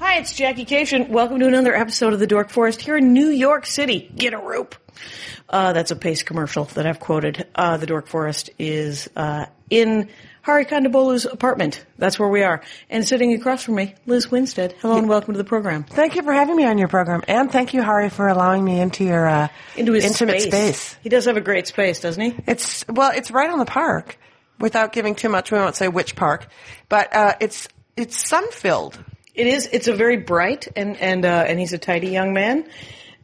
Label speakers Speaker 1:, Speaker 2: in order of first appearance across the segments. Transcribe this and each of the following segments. Speaker 1: Hi, it's Jackie Cation. Welcome to another episode of The Dork Forest here in New York City. Get a rope. Uh, that's a Pace commercial that I've quoted. Uh, the Dork Forest is uh, in Hari Kondabolu's apartment. That's where we are. And sitting across from me, Liz Winstead. Hello and welcome to the program.
Speaker 2: Thank you for having me on your program, and thank you, Hari, for allowing me into your uh, intimate space.
Speaker 1: He does have a great space, doesn't he?
Speaker 2: It's well, it's right on the park. Without giving too much, we won't say which park, but uh, it's it's sun filled.
Speaker 1: It is. It's a very bright and and uh, and he's a tidy young man,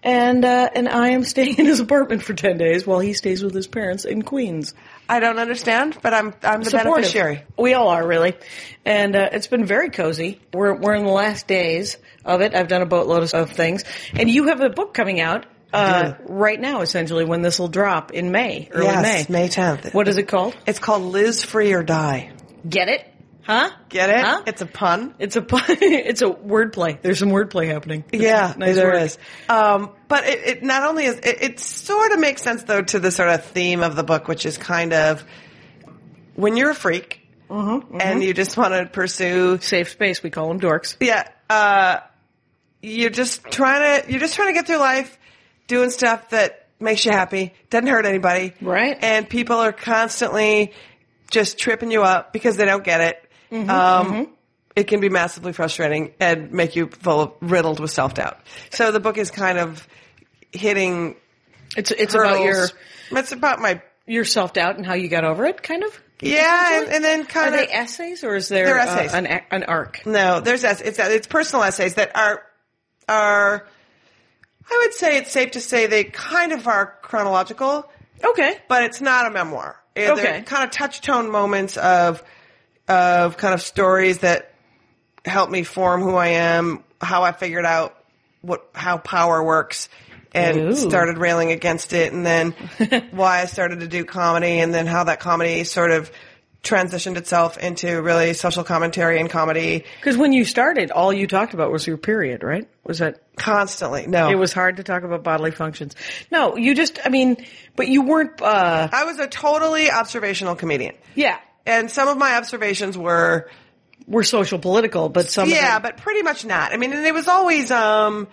Speaker 1: and uh, and I am staying in his apartment for ten days while he stays with his parents in Queens.
Speaker 2: I don't understand, but I'm I'm the
Speaker 1: Supportive.
Speaker 2: beneficiary.
Speaker 1: We all are really, and uh, it's been very cozy. We're we're in the last days of it. I've done a boatload of- of things, and you have a book coming out uh, right now, essentially when this will drop in May, early
Speaker 2: Yes,
Speaker 1: May,
Speaker 2: May 10th.
Speaker 1: What is it called?
Speaker 2: It's called Liz Free or Die.
Speaker 1: Get it? Huh?
Speaker 2: Get it?
Speaker 1: Huh?
Speaker 2: It's a pun.
Speaker 1: It's a pun- it's a wordplay. There's some wordplay happening. It's
Speaker 2: yeah,
Speaker 1: nice
Speaker 2: there
Speaker 1: work.
Speaker 2: is. Um, but it, it not only is it, it sort of makes sense though to the sort of theme of the book, which is kind of when you're a freak
Speaker 1: Mm-hmm,
Speaker 2: and you just want to pursue
Speaker 1: Safe space. We call them dorks.
Speaker 2: yeah uh you're just trying to you're just trying to get through life doing stuff that makes you happy doesn't hurt anybody
Speaker 1: Right.
Speaker 2: and people are constantly just tripping you up because they don't get it
Speaker 1: Mm-hmm,
Speaker 2: um It can be massively frustrating and make you full of, riddled with self doubt. So the book is kind of hitting
Speaker 1: It's it's about your
Speaker 2: hurdles. it's about my
Speaker 1: your self doubt and how you got over it, kind of.
Speaker 2: yeah, and, and then
Speaker 1: Are
Speaker 2: kind
Speaker 1: they
Speaker 2: of
Speaker 1: essays or is there
Speaker 2: Uh, They're
Speaker 1: uh,
Speaker 2: essays.
Speaker 1: an ac- an arc?
Speaker 2: No, there's ess- it's it's personal essays that are are I would say it's safe to say they kind of are chronological,
Speaker 1: Okay,
Speaker 2: but it's not a memoir. Eh,
Speaker 1: Okay.
Speaker 2: They're kind of touchstone moments of of kind of stories that help me form who I am, how I figured out what how power works and
Speaker 1: Ooh.
Speaker 2: started railing against it and then why I started to do comedy and then how that comedy sort of transitioned itself into really social commentary and comedy.
Speaker 1: because when you started, all you talked about was your period, right? Was that
Speaker 2: Constantly. No.
Speaker 1: it was hard to talk about bodily functions? No, you just, I mean, but you weren't. uh
Speaker 2: I was a totally observational comedian.
Speaker 1: Yeah,
Speaker 2: And some of my observations were
Speaker 1: we're social political, but some.
Speaker 2: yeah,
Speaker 1: of them,
Speaker 2: but pretty much not. I mean, and it was always um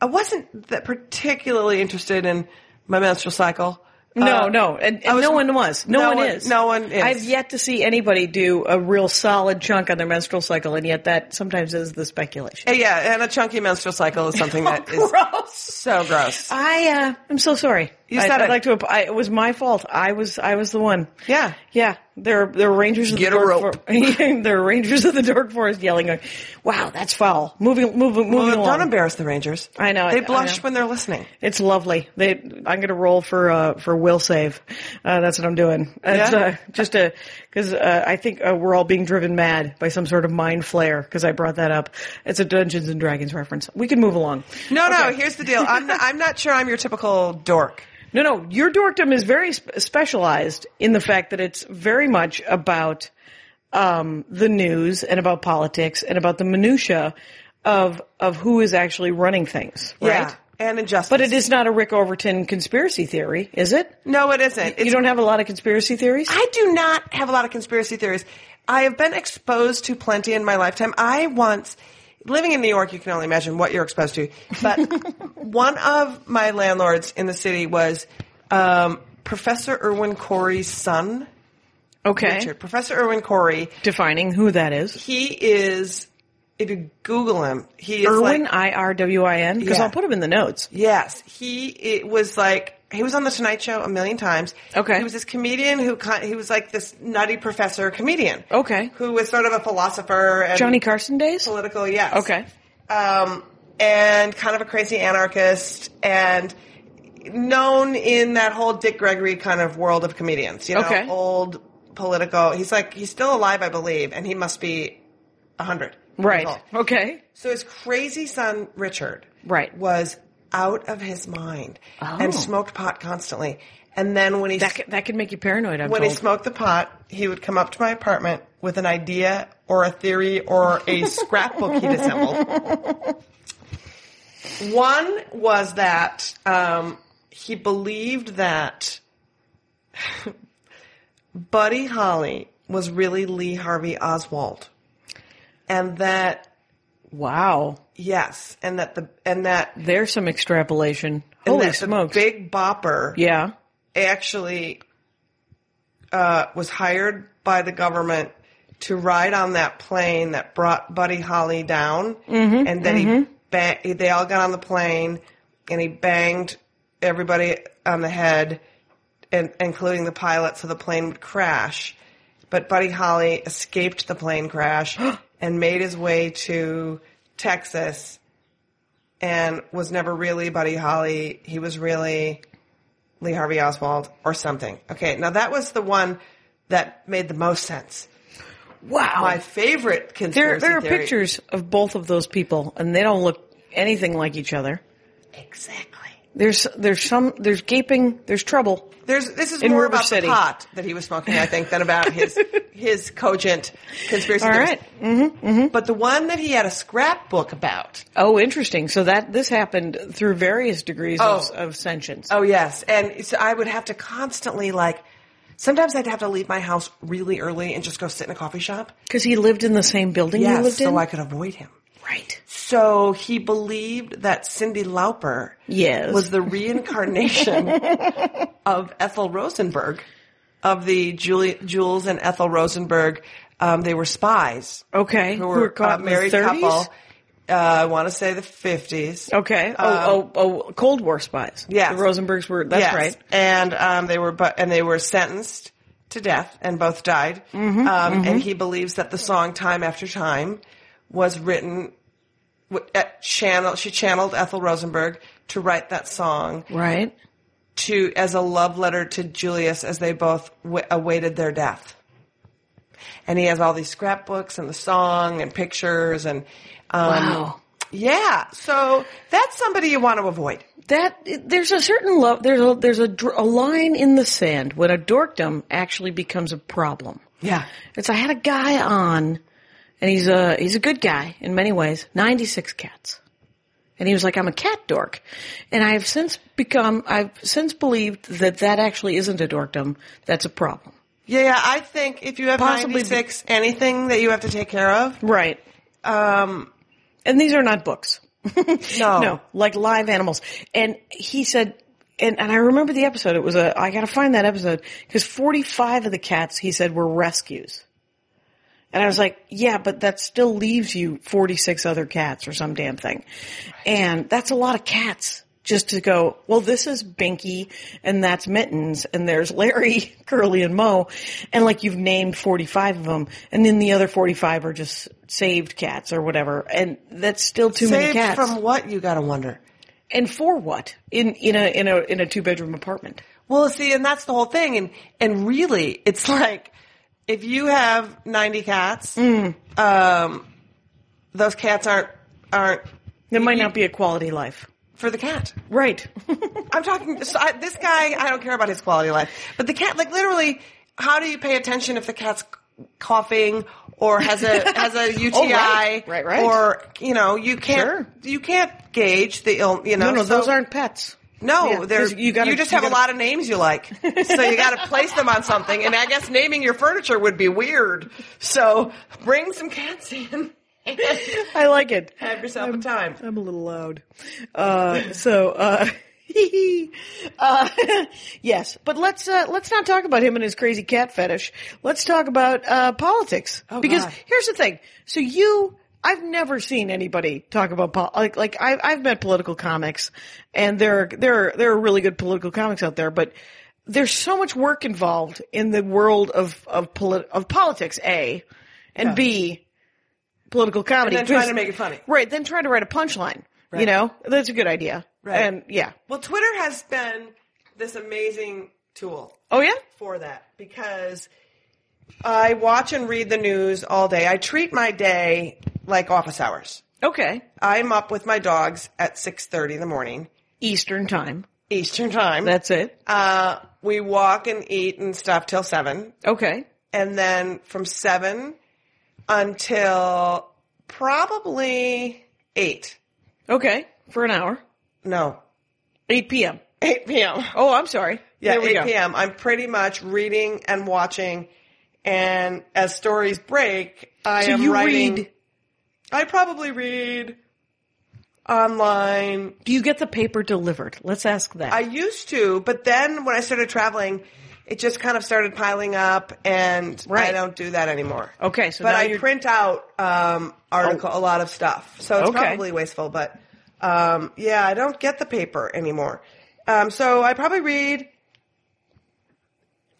Speaker 2: I wasn't that particularly interested in my menstrual cycle.
Speaker 1: no,
Speaker 2: Uh,
Speaker 1: no, and, and
Speaker 2: I was-
Speaker 1: no one was. No,
Speaker 2: no
Speaker 1: one,
Speaker 2: one-
Speaker 1: is.
Speaker 2: no one is.
Speaker 1: I've yet to see anybody do a real solid chunk on their menstrual cycle, and yet that sometimes is the speculation.
Speaker 2: Yeah, and a chunky menstrual cycle is something that is
Speaker 1: Gross.
Speaker 2: so gross.
Speaker 1: I uh, I'm so sorry.
Speaker 2: You
Speaker 1: I,
Speaker 2: said
Speaker 1: I'd
Speaker 2: it.
Speaker 1: like to. ap- I, it was my fault. I was I was the one.
Speaker 2: Yeah.
Speaker 1: yeah. There are- there are rangers. Of
Speaker 2: Get
Speaker 1: the
Speaker 2: a
Speaker 1: Dork
Speaker 2: rope.
Speaker 1: For- there are rangers of the dark forest yelling. going, Wow, that's foul. Moving moving moving
Speaker 2: Well,
Speaker 1: along.
Speaker 2: don't embarrass the Rangers.
Speaker 1: I know, I-
Speaker 2: They
Speaker 1: I
Speaker 2: blush
Speaker 1: know.
Speaker 2: when they're listening.
Speaker 1: It's lovely. They, I'm going to roll for uh, for will save. Uh, that's what I'm doing. It's
Speaker 2: Yeah?
Speaker 1: uh, just a because uh, I think uh, we're all being driven mad by some sort of mind flare because I brought that up. It's a Dungeons and Dragons reference. We can move along.
Speaker 2: No, no,
Speaker 1: Okay.
Speaker 2: here's the deal. I'm not, I'm not sure I'm your typical dork.
Speaker 1: No, no, your dorkdom is very sp- specialized in the fact that it's very much about um, the news and about politics and about the minutia of of who is actually running things, right?
Speaker 2: Yeah. And injustice.
Speaker 1: But it is not a Rick Overton conspiracy theory, is it?
Speaker 2: No, it isn't. It's
Speaker 1: you don't have a lot of conspiracy theories.
Speaker 2: I do not have a lot of conspiracy theories. I have been exposed to plenty in my lifetime. I once, living in New York, you can only imagine what you're exposed to. But one of my landlords in the city was um, Professor Irwin Corey's son,
Speaker 1: okay,
Speaker 2: Richard. Professor Irwin Corey.
Speaker 1: defining who that is.
Speaker 2: He is, if you Google him, he is
Speaker 1: Irwin
Speaker 2: like
Speaker 1: I R W I N because
Speaker 2: Yeah.
Speaker 1: I'll put him in the notes.
Speaker 2: Yes, he it was like he was on the Tonight Show a million times.
Speaker 1: Okay.
Speaker 2: he was this comedian who con- he was like this nutty professor comedian.
Speaker 1: Okay.
Speaker 2: who was sort of a philosopher and
Speaker 1: Johnny Carson days.
Speaker 2: political. Yes.
Speaker 1: Okay,
Speaker 2: um, and kind of a crazy anarchist and known in that whole Dick Gregory kind of world of comedians. You know,
Speaker 1: Okay.
Speaker 2: old political. He's like he's still alive, I believe, and he must be a hundred.
Speaker 1: right. Okay,
Speaker 2: So his crazy son Richard,
Speaker 1: Right. Oh.
Speaker 2: was out of his mind and smoked pot constantly. And then when he
Speaker 1: That could, that could make you paranoid. I'm
Speaker 2: when he
Speaker 1: told.
Speaker 2: smoked the pot, he would come up to my apartment with an idea or a theory or a scrapbook he'd assembled. One was that um, he believed that Buddy Holly was really Lee Harvey Oswald, and that
Speaker 1: wow,
Speaker 2: yes, and that the and that and
Speaker 1: there's some extrapolation. Holy
Speaker 2: that the
Speaker 1: smokes!
Speaker 2: Big Bopper
Speaker 1: yeah,
Speaker 2: actually uh, was hired by the government to ride on that plane that brought Buddy Holly down, and then he ba- they all got on the plane, and he banged everybody on the head, and including the pilot, so the plane would crash. But Buddy Holly escaped the plane crash and made his way to Texas, and was never really Buddy Holly. He was really Lee Harvey Oswald or something. Okay, now that was the one that made the most sense.
Speaker 1: wow.
Speaker 2: My favorite
Speaker 1: there
Speaker 2: conspiracy
Speaker 1: there are
Speaker 2: theory.
Speaker 1: pictures of both of those people, and they don't look anything like each other.
Speaker 2: Exactly.
Speaker 1: There's there's some there's gaping there's trouble.
Speaker 2: There's this is
Speaker 1: In
Speaker 2: more
Speaker 1: River
Speaker 2: about
Speaker 1: City.
Speaker 2: the pot that he was smoking, I think, than about his his cogent conspiracy
Speaker 1: All
Speaker 2: theories.
Speaker 1: right.
Speaker 2: But the one that he had a scrapbook about.
Speaker 1: Oh, interesting. So that this happened through various degrees of,
Speaker 2: Oh.
Speaker 1: of sentience.
Speaker 2: Oh yes, and so I would have to constantly like. Sometimes I'd have to leave my house really early and just go sit in a coffee shop.
Speaker 1: Because he lived in the same building you
Speaker 2: Yes,
Speaker 1: lived in.
Speaker 2: so I could avoid him.
Speaker 1: right.
Speaker 2: So he believed that Cindy Lauper
Speaker 1: Yes.
Speaker 2: was the reincarnation of Ethel Rosenberg, of the Julie, Jules and Ethel Rosenberg. Um, they were spies
Speaker 1: okay.
Speaker 2: who were
Speaker 1: caught
Speaker 2: a
Speaker 1: in the
Speaker 2: married
Speaker 1: 30s?
Speaker 2: couple. Uh, I want to say the 50s.
Speaker 1: Okay. Oh, oh, oh, Cold War spies.
Speaker 2: Um, Yes.
Speaker 1: The Rosenbergs were. That's
Speaker 2: Yes.
Speaker 1: right.
Speaker 2: And um, they were bu- and they were sentenced to death, and both died.
Speaker 1: Mm-hmm,
Speaker 2: um, And he believes that the song "Time After Time" was written. w- At channel, she channeled Ethel Rosenberg to write that song,
Speaker 1: Right.
Speaker 2: to as a love letter to Julius as they both w- awaited their death. And he has all these scrapbooks and the song and pictures and um,
Speaker 1: Wow.
Speaker 2: yeah. So that's somebody you want to avoid.
Speaker 1: That there's a certain love. There's a there's a, dr- a line in the sand when a dorkdom actually becomes a problem.
Speaker 2: Yeah.
Speaker 1: It's I had a guy on, and he's a he's a good guy in many ways. Ninety six cats, and he was like, "I'm a cat dork," and I have since become I've since believed that that actually isn't a dorkdom. That's a problem.
Speaker 2: Yeah, yeah, I think if you have
Speaker 1: Possibly be-
Speaker 2: 96, anything that you have to take care of,
Speaker 1: Right.
Speaker 2: um,
Speaker 1: And these are not books.
Speaker 2: no.
Speaker 1: No, like live animals. And he said, and, and I remember the episode. It was a, I gotta find that episode because 45 of the cats he said were rescues. And I was like, yeah, but that still leaves you 46 other cats or some damn thing. And that's a lot of cats just to go, well, this is Binky and that's Mittens and there's Larry, Curly and Mo. And like you've named 45 of them and then the other 45 are just saved cats or whatever. And that's still too many
Speaker 2: Saved
Speaker 1: cats
Speaker 2: from what, you gotta wonder.
Speaker 1: and for what in in a in a in a two bedroom apartment
Speaker 2: Well, see, and that's the whole thing. And, and really, it's like, if you have 90 cats,
Speaker 1: Mm.
Speaker 2: um, those cats aren't, aren't
Speaker 1: that might not be a quality life
Speaker 2: for the cat.
Speaker 1: right
Speaker 2: I'm talking, so I, this guy, I don't care about his quality of life, but the cat, like literally, how do you pay attention if the cat's coughing or has a, has a UTI?
Speaker 1: Oh, right. Right, right.
Speaker 2: Or, you know, you can't,
Speaker 1: Sure.
Speaker 2: you can't gauge the ill, you know.
Speaker 1: no no
Speaker 2: so-
Speaker 1: those aren't pets
Speaker 2: No,
Speaker 1: Yeah,
Speaker 2: they're,
Speaker 1: 'cause you gotta-
Speaker 2: just
Speaker 1: you
Speaker 2: have
Speaker 1: gotta-
Speaker 2: a lot of names you like. so you gotta place them on something, and I guess naming your furniture would be weird. So bring some cats in.
Speaker 1: i like it
Speaker 2: Have yourself a time.
Speaker 1: i'm a little loud uh so uh uh, yes, but let's uh, let's not talk about him and his crazy cat fetish. Let's talk about uh, politics because
Speaker 2: Oh, God.
Speaker 1: here's the thing. So you, I've never seen anybody talk about pol- like like I've I've met political comics, and there are there are, there are really good political comics out there, but there's so much work involved in the world of of, polit- of politics. A and B, political comedy.
Speaker 2: then trying to make it funny.
Speaker 1: right? Then trying to write a punchline. You
Speaker 2: Right.
Speaker 1: know, that's a good idea.
Speaker 2: Right.
Speaker 1: And yeah.
Speaker 2: Well, Twitter has been this amazing tool.
Speaker 1: Oh yeah.
Speaker 2: for that because I watch and read the news all day. I treat my day like office hours.
Speaker 1: Okay.
Speaker 2: I'm up with my dogs at 6:30 in the morning
Speaker 1: Eastern time.
Speaker 2: Eastern time.
Speaker 1: That's it.
Speaker 2: uh, we walk and eat and stuff till seven,
Speaker 1: Okay.
Speaker 2: and then from seven until probably eight.
Speaker 1: Okay. For an hour.
Speaker 2: No,
Speaker 1: 8 p.m.
Speaker 2: eight p.m.
Speaker 1: Oh, I'm sorry.
Speaker 2: Yeah,
Speaker 1: There we
Speaker 2: 8
Speaker 1: go.
Speaker 2: p.m. I'm pretty much reading and watching, and as stories break, I
Speaker 1: So
Speaker 2: am
Speaker 1: you
Speaker 2: writing.
Speaker 1: read.
Speaker 2: I probably read online.
Speaker 1: Do you get the paper delivered? Let's ask that.
Speaker 2: I used to, but then when I started traveling, it just kind of started piling up, and I
Speaker 1: Right.
Speaker 2: don't do that anymore.
Speaker 1: okay. So
Speaker 2: but
Speaker 1: now
Speaker 2: I
Speaker 1: you're- Oh.
Speaker 2: print out um, article a lot of stuff, so it's
Speaker 1: Okay.
Speaker 2: probably wasteful. But um, yeah, I don't get the paper anymore, um, so I probably read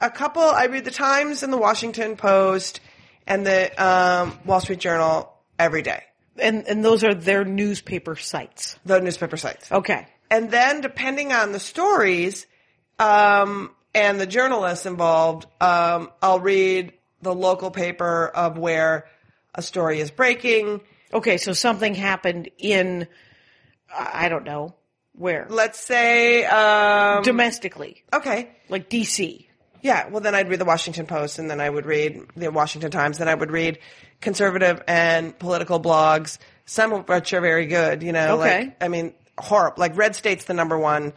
Speaker 2: a couple. I read the Times and the Washington Post and the um, Wall Street Journal every day,
Speaker 1: and and those are their newspaper sites.
Speaker 2: the newspaper sites.
Speaker 1: Okay.
Speaker 2: And then, depending on the stories um, and the journalists involved, um, I'll read the local paper of where a story is breaking.
Speaker 1: Okay. So something happened in I I don't know where
Speaker 2: Let's say, um,
Speaker 1: domestically,
Speaker 2: okay,
Speaker 1: like D.C.
Speaker 2: yeah. Well, then I'd read the Washington Post, and then I would read the Washington Times, then I would read conservative and political blogs, some of which are very good. You know,
Speaker 1: Okay.
Speaker 2: like I mean, horrible. Like Red State's the number one,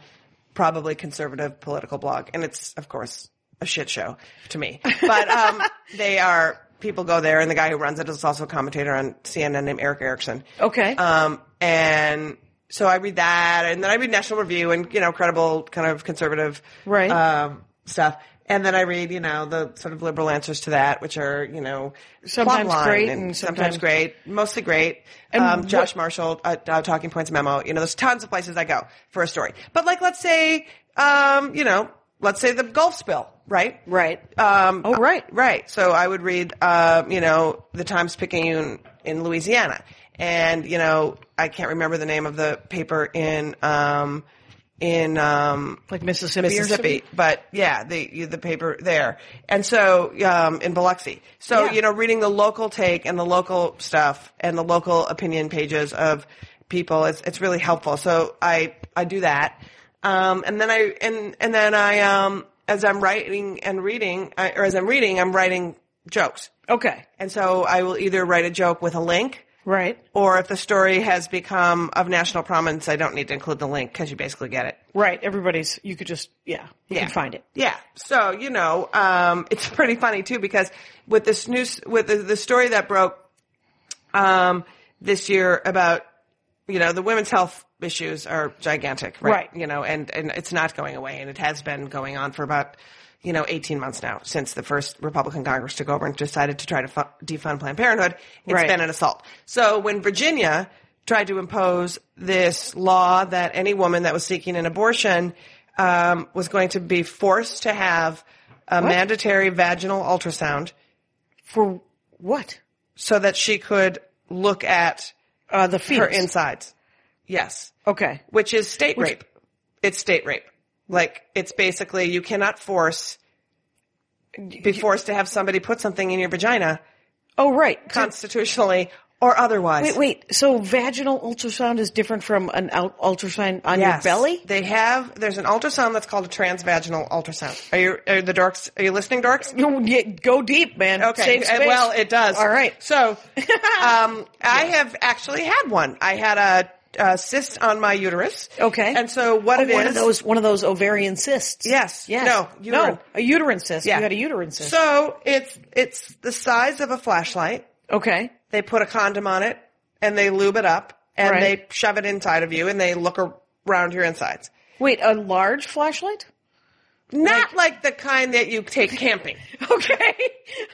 Speaker 2: probably conservative political blog, and it's of course a shit show to me. But um, they are people go there, and the guy who runs it is also a commentator on CNN named Eric Erickson.
Speaker 1: Okay.
Speaker 2: Um, and so I read that, and then I read National Review and you know credible kind of conservative
Speaker 1: Right.
Speaker 2: um, stuff. And then I read, you know, the sort of liberal answers to that, which are, you know,
Speaker 1: Sometimes
Speaker 2: plotline
Speaker 1: great
Speaker 2: and,
Speaker 1: and
Speaker 2: sometimes,
Speaker 1: sometimes-
Speaker 2: great, mostly great. um, Josh Marshall, uh, uh, Talking Points Memo. You know, there's tons of places I go for a story. But like, let's say, um, you know, let's say the Gulf spill, right?
Speaker 1: right.
Speaker 2: Um,
Speaker 1: Oh, right.
Speaker 2: right. So I would read, uh, you know, the Times Picayune in Louisiana, and you know, I can't remember the name of the paper in um, in um,
Speaker 1: like Mississippi. or
Speaker 2: Mississippi,
Speaker 1: something?
Speaker 2: but yeah, the the paper there, and so um, in Biloxi. So
Speaker 1: Yeah.
Speaker 2: you know, reading the local take and the local stuff and the local opinion pages of people, it's it's really helpful. So I I do that, um, and then I and and then I um, as I'm writing and reading, I, or as I'm reading, I'm writing jokes,
Speaker 1: Okay.
Speaker 2: and so I will either write a joke with a link.
Speaker 1: Right.
Speaker 2: Or if the story has become of national prominence, I don't need to include the link because you basically get it.
Speaker 1: Right. Everybody's. You could just. Yeah. You can find it.
Speaker 2: Yeah. So, you know, um, it's pretty funny too because with this news, with the, the story that broke, um, this year about, you know, the women's health issues are gigantic, right?
Speaker 1: Right.
Speaker 2: You know, and, and it's not going away and it has been going on for about, you know, 18 months now since the first Republican Congress took over and decided to try to fu- defund Planned Parenthood. It's
Speaker 1: Right.
Speaker 2: been an assault. So when Virginia tried to impose this law that any woman that was seeking an abortion um, was going to be forced to have a mandatory vaginal ultrasound
Speaker 1: For what?
Speaker 2: so that she could look at
Speaker 1: Uh, the
Speaker 2: her
Speaker 1: fetus.
Speaker 2: insides. Yes.
Speaker 1: okay.
Speaker 2: Which is state rape. It's state rape. Like, it's basically you cannot force, be forced to have somebody put something in your vagina
Speaker 1: Oh, right. So-
Speaker 2: constitutionally or otherwise.
Speaker 1: Wait, wait. So vaginal ultrasound is different from an out- ultrasound on
Speaker 2: Yes.
Speaker 1: your belly?
Speaker 2: They have. There's an ultrasound that's called a transvaginal ultrasound. Are you are the dorks? Are you listening, dorks?
Speaker 1: You- yeah, Go deep, man.
Speaker 2: Okay.
Speaker 1: Save
Speaker 2: uh,
Speaker 1: space.
Speaker 2: Well, it does.
Speaker 1: All right.
Speaker 2: So, um, I have actually had one. I had a, a cyst on my uterus.
Speaker 1: Okay.
Speaker 2: And so what
Speaker 1: Oh,
Speaker 2: it is?
Speaker 1: one of those one of those ovarian cysts.
Speaker 2: Yes.
Speaker 1: Yes.
Speaker 2: No, uterine.
Speaker 1: No. A uterine cyst.
Speaker 2: Yeah.
Speaker 1: You had a uterine cyst.
Speaker 2: So it's it's the size of a flashlight.
Speaker 1: okay.
Speaker 2: They put a condom on it and they lube it up and
Speaker 1: Right.
Speaker 2: they shove it inside of you and they look around your insides.
Speaker 1: Wait, a large flashlight?
Speaker 2: Not like the kind that you take camping.
Speaker 1: Okay.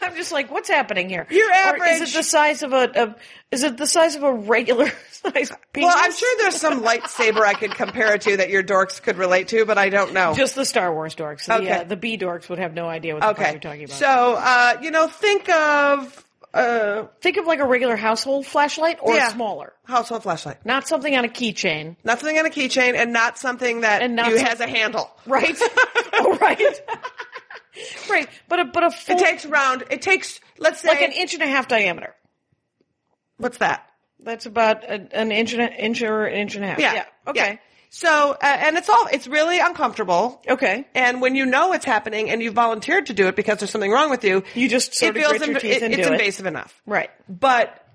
Speaker 1: I'm just like, what's happening here?
Speaker 2: Your
Speaker 1: Or is
Speaker 2: average-
Speaker 1: it the size of a, of is it the size of a regular size penis?
Speaker 2: Well, I'm sure there's some lightsaber I could compare it to that your dorks could relate to, but I don't know.
Speaker 1: just the Star Wars dorks. The,
Speaker 2: Okay.
Speaker 1: uh, the B dorks would have no idea what the fuck
Speaker 2: okay.
Speaker 1: you're talking about.
Speaker 2: So, uh, you know, think of uh,
Speaker 1: Think of like a regular household flashlight or
Speaker 2: yeah,
Speaker 1: smaller.
Speaker 2: household flashlight,
Speaker 1: Not something on a keychain.
Speaker 2: not something on a keychain, and not something that
Speaker 1: And not
Speaker 2: you
Speaker 1: some-
Speaker 2: has a handle.
Speaker 1: Right? oh, right. right. But a, but a full,
Speaker 2: It takes round. It takes let's say
Speaker 1: like an inch and a half diameter.
Speaker 2: what's that?
Speaker 1: That's about a, an inch and a, inch or an inch and a half.
Speaker 2: Yeah.
Speaker 1: Okay.
Speaker 2: Yeah. So, uh, and it's all, it's really uncomfortable.
Speaker 1: Okay.
Speaker 2: And when you know it's happening and you volunteered to do it because there's something wrong with you,
Speaker 1: You just sort of grit your teeth
Speaker 2: it-
Speaker 1: and
Speaker 2: it's
Speaker 1: do it.
Speaker 2: invasive enough.
Speaker 1: Right.
Speaker 2: But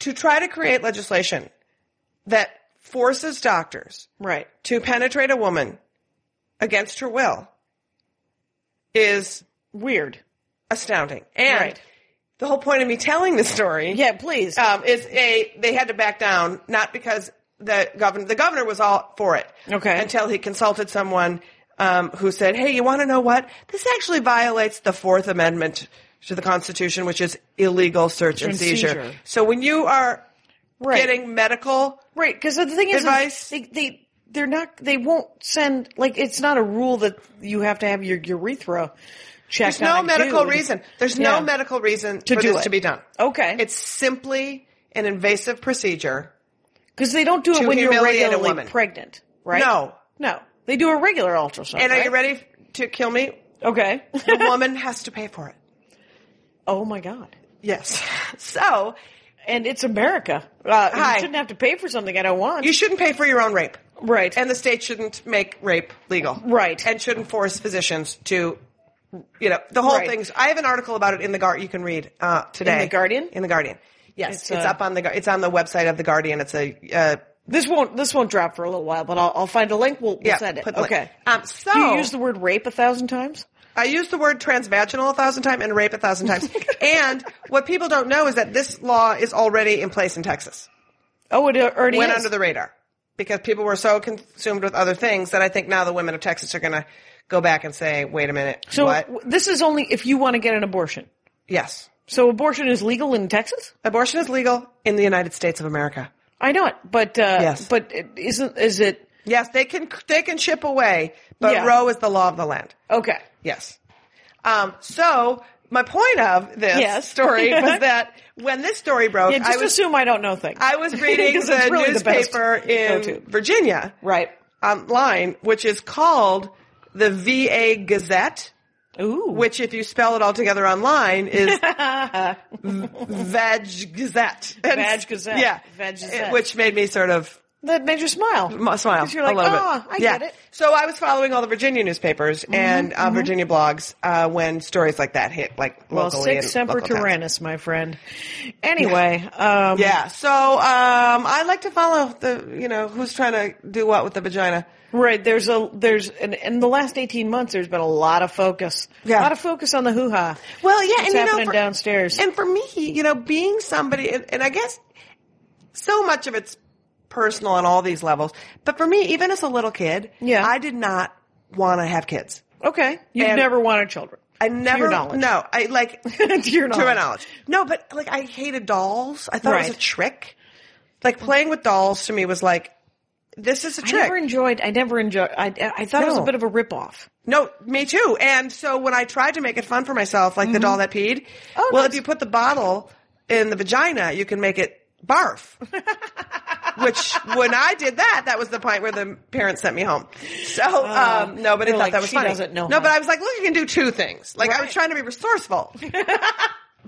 Speaker 2: to try to create legislation that forces doctors
Speaker 1: Right.
Speaker 2: to penetrate a woman against her will is
Speaker 1: Weird.
Speaker 2: astounding. And
Speaker 1: Right.
Speaker 2: the whole point of me telling this story
Speaker 1: Yeah, please.
Speaker 2: um, is a they had to back down not because the governor the governor was all for it
Speaker 1: Okay.
Speaker 2: until he consulted someone um, who said hey you want to know what this actually violates the fourth amendment to the constitution which is illegal search and
Speaker 1: and
Speaker 2: seizure,
Speaker 1: seizure.
Speaker 2: so when you are
Speaker 1: right.
Speaker 2: getting medical
Speaker 1: Right, because the thing is, is
Speaker 2: Advice?
Speaker 1: they they they're not they won't send like it's not a rule that you have to have your urethra checked.
Speaker 2: there's no
Speaker 1: on a
Speaker 2: medical
Speaker 1: dude.
Speaker 2: reason there's
Speaker 1: Yeah.
Speaker 2: no medical reason
Speaker 1: To
Speaker 2: for
Speaker 1: do
Speaker 2: this
Speaker 1: it.
Speaker 2: to be done
Speaker 1: Okay,
Speaker 2: it's simply an invasive procedure
Speaker 1: because they don't do it
Speaker 2: to
Speaker 1: when you're
Speaker 2: humiliate a
Speaker 1: regularly
Speaker 2: woman.
Speaker 1: pregnant, right?
Speaker 2: No.
Speaker 1: no, they do a regular ultrasound.
Speaker 2: and are you
Speaker 1: right?
Speaker 2: ready to kill me
Speaker 1: Okay.
Speaker 2: the woman has to pay for it
Speaker 1: oh my god.
Speaker 2: yes so
Speaker 1: And it's America. Uh,
Speaker 2: Hi.
Speaker 1: You shouldn't have to pay for something I don't want.
Speaker 2: You shouldn't pay for your own rape.
Speaker 1: right.
Speaker 2: And the state shouldn't make rape legal.
Speaker 1: Right.
Speaker 2: And shouldn't force physicians to, you know, the whole
Speaker 1: Right.
Speaker 2: thing's. I have an article about it in the Guard. You can read uh, today.
Speaker 1: In The Guardian?
Speaker 2: In the Guardian. Yes,
Speaker 1: It's,
Speaker 2: it's,
Speaker 1: uh,
Speaker 2: up on the. Gu- It's on the website of the Guardian. It's a. Uh,
Speaker 1: this won't this won't drop for a little while, but I'll, I'll find a link. We'll, we'll
Speaker 2: yeah.
Speaker 1: send it.
Speaker 2: put the link.
Speaker 1: okay.
Speaker 2: Um, so
Speaker 1: do you use the word rape a thousand times?
Speaker 2: I used the word transvaginal a thousand times and rape a thousand times. and what people don't know is that this law is already in place in Texas.
Speaker 1: Oh, it already
Speaker 2: went
Speaker 1: is.
Speaker 2: under the radar because people were so consumed with other things that I think now the women of Texas are going to go back and say, "Wait a minute,
Speaker 1: So
Speaker 2: what?"
Speaker 1: w- this is only if you want to get an abortion.
Speaker 2: Yes,
Speaker 1: So abortion is legal in Texas.
Speaker 2: abortion is legal in the United States of America.
Speaker 1: I know it, but uh,
Speaker 2: Yes.
Speaker 1: but it isn't is it
Speaker 2: Yes, they can they can chip away, but
Speaker 1: Yeah.
Speaker 2: Roe is the law of the land.
Speaker 1: okay?
Speaker 2: Yes. Um, so my point of this
Speaker 1: Yes.
Speaker 2: story was that when this story broke,
Speaker 1: Yeah, just
Speaker 2: I was
Speaker 1: assume I don't know things.
Speaker 2: I was reading
Speaker 1: 'Cause
Speaker 2: the
Speaker 1: it's really the best
Speaker 2: newspaper in
Speaker 1: go-to.
Speaker 2: Virginia,
Speaker 1: right.
Speaker 2: online, which is called the VA Gazette.
Speaker 1: Ooh,
Speaker 2: which if you spell it all together online is Vag Gazette. And-
Speaker 1: Vag Gazette.
Speaker 2: Yeah.
Speaker 1: Vag Gazette.
Speaker 2: It- Which made me sort of
Speaker 1: that made you smile.
Speaker 2: m- smile
Speaker 1: 'Cause you're like,
Speaker 2: a little
Speaker 1: "Ah,
Speaker 2: bit.
Speaker 1: I
Speaker 2: yeah.
Speaker 1: get it. Mm-hmm,
Speaker 2: So I was following all the Virginia newspapers and uh, Virginia blogs uh, when stories like that hit, like
Speaker 1: Well,
Speaker 2: locally.
Speaker 1: six
Speaker 2: and
Speaker 1: semper
Speaker 2: local towns.
Speaker 1: tyrannis, my friend. Anyway, um,
Speaker 2: Yeah. So um, I like to follow the, you know, who's trying to do what with the vagina.
Speaker 1: right. There's a there's an, in the last eighteen months, there's been a lot of focus. a
Speaker 2: Yeah.
Speaker 1: lot of focus on the hoo ha.
Speaker 2: Well, yeah,
Speaker 1: What's
Speaker 2: and you know,
Speaker 1: happening
Speaker 2: for-
Speaker 1: downstairs.
Speaker 2: And for me, you know, being somebody, and, and I guess so much of it's personal on all these levels, but for me, even as a little kid,
Speaker 1: Yeah.
Speaker 2: I did not want to have kids.
Speaker 1: okay, you've
Speaker 2: and-
Speaker 1: never wanted children.
Speaker 2: I never,
Speaker 1: knowledge.
Speaker 2: no, I like, to
Speaker 1: to your knowledge.
Speaker 2: my knowledge. No, but like I hated dolls. I thought it
Speaker 1: Right.
Speaker 2: was a trick. Like playing with dolls to me was like, this is a
Speaker 1: I
Speaker 2: trick.
Speaker 1: never enjoyed. I never enjoyed. I, I thought it was a
Speaker 2: No.
Speaker 1: bit of a rip off.
Speaker 2: No, me too. And so when I tried to make it fun for myself, like the doll that peed,
Speaker 1: Mm-hmm. Oh,
Speaker 2: well,
Speaker 1: nice.
Speaker 2: if you put the bottle in the vagina, you can make it barf. Which, when I did that, that was the point where the parents sent me home. So, um, nobody
Speaker 1: Uh, they're
Speaker 2: thought
Speaker 1: like,
Speaker 2: that was
Speaker 1: "She
Speaker 2: funny.
Speaker 1: doesn't know
Speaker 2: no,
Speaker 1: how."
Speaker 2: but I was like, look, you can do two things. Like, I was trying to be resourceful.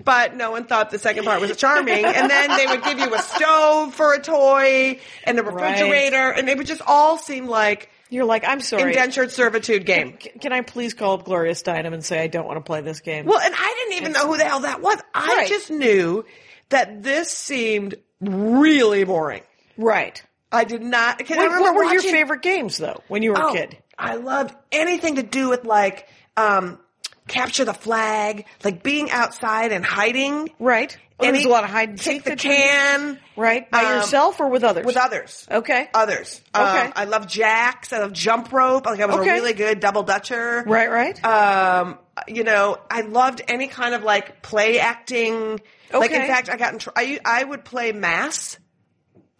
Speaker 2: but no one thought the second part was charming. And then they would give you a stove for a toy and a refrigerator. And it would just all seem like
Speaker 1: You're like, I'm sorry.
Speaker 2: indentured servitude game.
Speaker 1: C- Can I please call up Gloria Steinem and say I don't want to play this game?
Speaker 2: Well, and I didn't even know who the hell that was. I
Speaker 1: Right.
Speaker 2: just knew that this seemed really boring.
Speaker 1: right.
Speaker 2: I did not. Can I
Speaker 1: What,
Speaker 2: remember
Speaker 1: what were your
Speaker 2: watching-
Speaker 1: favorite games though when you were
Speaker 2: Oh,
Speaker 1: a kid?
Speaker 2: I loved anything to do with like um, capture the flag, like being outside and hiding.
Speaker 1: Right. Oh, there was
Speaker 2: Any-
Speaker 1: a lot of hide and seek
Speaker 2: Take the
Speaker 1: that you did.
Speaker 2: can.
Speaker 1: Right. By
Speaker 2: Um,
Speaker 1: yourself or with others?
Speaker 2: With others.
Speaker 1: Okay.
Speaker 2: Others. Um,
Speaker 1: Okay.
Speaker 2: I love jacks. I love jump rope. Like I was
Speaker 1: Okay.
Speaker 2: a really good double dutcher.
Speaker 1: Right, right.
Speaker 2: um, you know, I loved any kind of like play acting. Like in
Speaker 1: Okay.
Speaker 2: fact, I got in. Tr- I I would play mass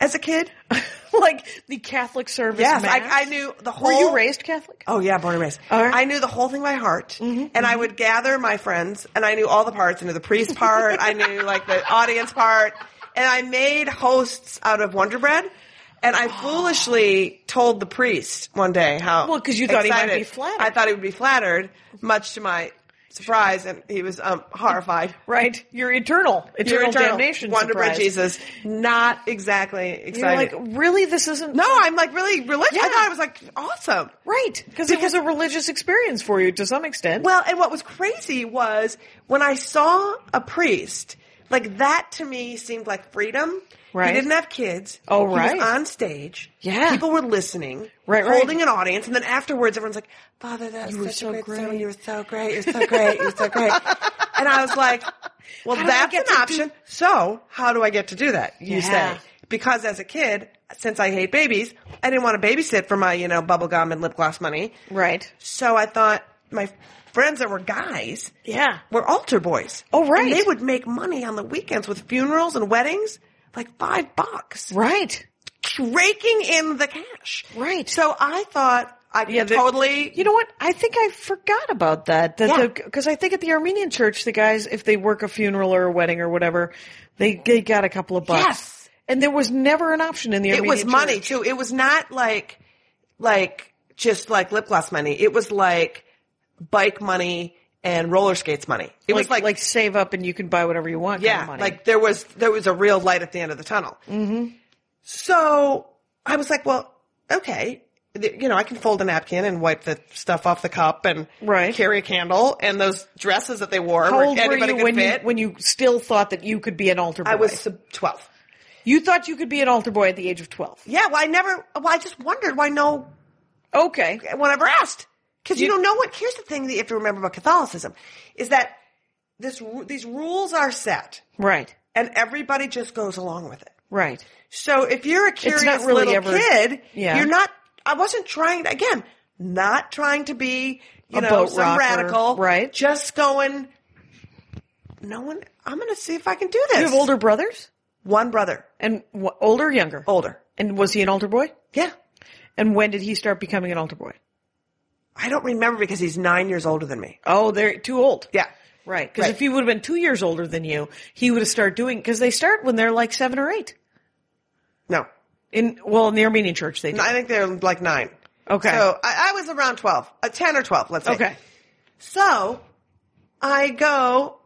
Speaker 2: as a kid.
Speaker 1: like the Catholic service.
Speaker 2: Yes, I,
Speaker 1: mass?
Speaker 2: I knew the whole.
Speaker 1: Were you raised Catholic?
Speaker 2: Oh yeah, born and raised.
Speaker 1: All right. Mm-hmm,
Speaker 2: I knew the whole thing by heart, and I would gather my friends, and I knew all the parts. I knew the priest part. I knew like the audience part, and I made hosts out of Wonder Bread. And I foolishly told the priest one day how
Speaker 1: Well, 'cause you thought he might be
Speaker 2: excited-
Speaker 1: flattered.
Speaker 2: I thought he would be flattered, much to my surprise, and he was um, horrified.
Speaker 1: Right? Your eternal, eternal,
Speaker 2: Your eternal
Speaker 1: damnation.
Speaker 2: Wonder
Speaker 1: surprise.
Speaker 2: bread Jesus, not exactly
Speaker 1: You're
Speaker 2: excited.
Speaker 1: like, really? This isn't.
Speaker 2: no, I'm like really religious.
Speaker 1: Yeah.
Speaker 2: I thought it was like awesome.
Speaker 1: Right. Because it was a religious experience for you to some extent.
Speaker 2: Well, and what was crazy was when I saw a priest, like that to me seemed like freedom.
Speaker 1: Right.
Speaker 2: He didn't have kids.
Speaker 1: Oh,
Speaker 2: He
Speaker 1: right.
Speaker 2: was on stage.
Speaker 1: Yeah.
Speaker 2: People were listening.
Speaker 1: Right, right.
Speaker 2: Holding an audience. And then afterwards, everyone's like, Father, that
Speaker 1: were
Speaker 2: was such
Speaker 1: so
Speaker 2: a great,
Speaker 1: great.
Speaker 2: sermon. You were so great. You're so great. You're so great. and I was like, well,
Speaker 1: How do I
Speaker 2: that's
Speaker 1: get
Speaker 2: an
Speaker 1: to
Speaker 2: option. so how do I get to do that? You
Speaker 1: Yeah.
Speaker 2: say. Because as a kid, since I hate babies, I didn't want to babysit for my, you know, bubblegum and lip gloss money.
Speaker 1: right.
Speaker 2: So I thought my friends that were guys
Speaker 1: Yeah.
Speaker 2: were altar boys.
Speaker 1: Oh, right.
Speaker 2: And they would make money on the weekends with funerals and weddings, like five bucks,
Speaker 1: Right.
Speaker 2: raking in the cash.
Speaker 1: Right.
Speaker 2: So I thought I could
Speaker 1: Yeah, the-
Speaker 2: totally.
Speaker 1: You know what? I think I forgot about that. That
Speaker 2: Yeah.
Speaker 1: because I think at the Armenian church, the guys, if they work a funeral or a wedding or whatever, they they got a couple of bucks.
Speaker 2: Yes.
Speaker 1: And there was never an option in the
Speaker 2: it
Speaker 1: Armenian
Speaker 2: was money
Speaker 1: church.
Speaker 2: too. It was not like, like just like lip gloss money. It was like bike money and roller skates money. It
Speaker 1: Like,
Speaker 2: was like
Speaker 1: like save up and you can buy whatever you want.
Speaker 2: Yeah,
Speaker 1: kind of money.
Speaker 2: like there was there was a real light at the end of the tunnel. Mm-hmm. So I was like, well, okay, th- you know, I can fold a napkin and wipe the stuff off the cup and
Speaker 1: Right.
Speaker 2: carry a candle and those dresses that they wore.
Speaker 1: how
Speaker 2: where
Speaker 1: old were
Speaker 2: anybody
Speaker 1: you
Speaker 2: could
Speaker 1: when
Speaker 2: fit.
Speaker 1: you when you still thought that you could be an altar boy?
Speaker 2: I was sub- twelve.
Speaker 1: You thought you could be an altar boy at the age of twelve.
Speaker 2: Yeah, well, I never. Well, I just wondered why no
Speaker 1: Okay.
Speaker 2: one ever asked because you, don't know what. Here's the thing that you have to remember about Catholicism is that this ru- these rules are set
Speaker 1: Right.
Speaker 2: and everybody just goes along with it.
Speaker 1: Right.
Speaker 2: So if you're a curious
Speaker 1: not really
Speaker 2: little
Speaker 1: ever-
Speaker 2: kid,
Speaker 1: Yeah.
Speaker 2: you're not. I wasn't trying to, again. Not trying to be, you
Speaker 1: A
Speaker 2: know,
Speaker 1: boat
Speaker 2: some
Speaker 1: rocker,
Speaker 2: radical,
Speaker 1: right.
Speaker 2: Just going. No one. I'm going to see if I can do this.
Speaker 1: You have older brothers
Speaker 2: One brother,
Speaker 1: and wh- older, or younger,
Speaker 2: older.
Speaker 1: And was he an altar boy?
Speaker 2: Yeah,
Speaker 1: And when did he start becoming an altar boy?
Speaker 2: I don't remember because he's nine years older than me.
Speaker 1: Oh, they're too old.
Speaker 2: Yeah,
Speaker 1: Right. Because
Speaker 2: Right.
Speaker 1: if he would have been two years older than you, he would have started doing, because they start when they're like seven or eight.
Speaker 2: no,
Speaker 1: In, well, in the Armenian church, they do.
Speaker 2: I think they're like nine.
Speaker 1: Okay.
Speaker 2: So I, I was around twelve, uh, ten or twelve, let's say.
Speaker 1: okay.
Speaker 2: So I go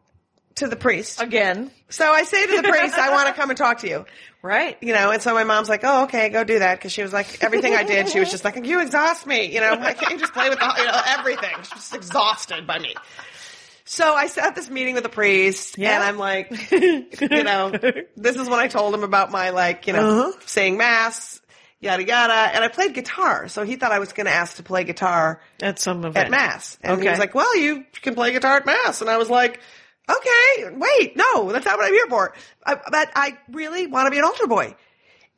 Speaker 2: to the priest.
Speaker 1: Again.
Speaker 2: So I say to the priest, "I want to come and talk to you."
Speaker 1: Right.
Speaker 2: you know, and so my mom's like, oh, okay, go do that. Cause she was like, everything I did, she was just like, you exhaust me. You know, why can't you just play with the, you know, everything? She's just exhausted by me. So I sat this meeting with the priest
Speaker 1: Yeah.
Speaker 2: and I'm like, you know, this is what I told him about my like, you know, saying mass, yada, yada. And I played guitar. So he thought I was going to ask to play guitar
Speaker 1: At some event.
Speaker 2: at mass. And
Speaker 1: Okay.
Speaker 2: he was like, well, you can play guitar at mass. And I was like, okay, wait, no, that's not what I'm here for. I, but I really want to be an altar boy.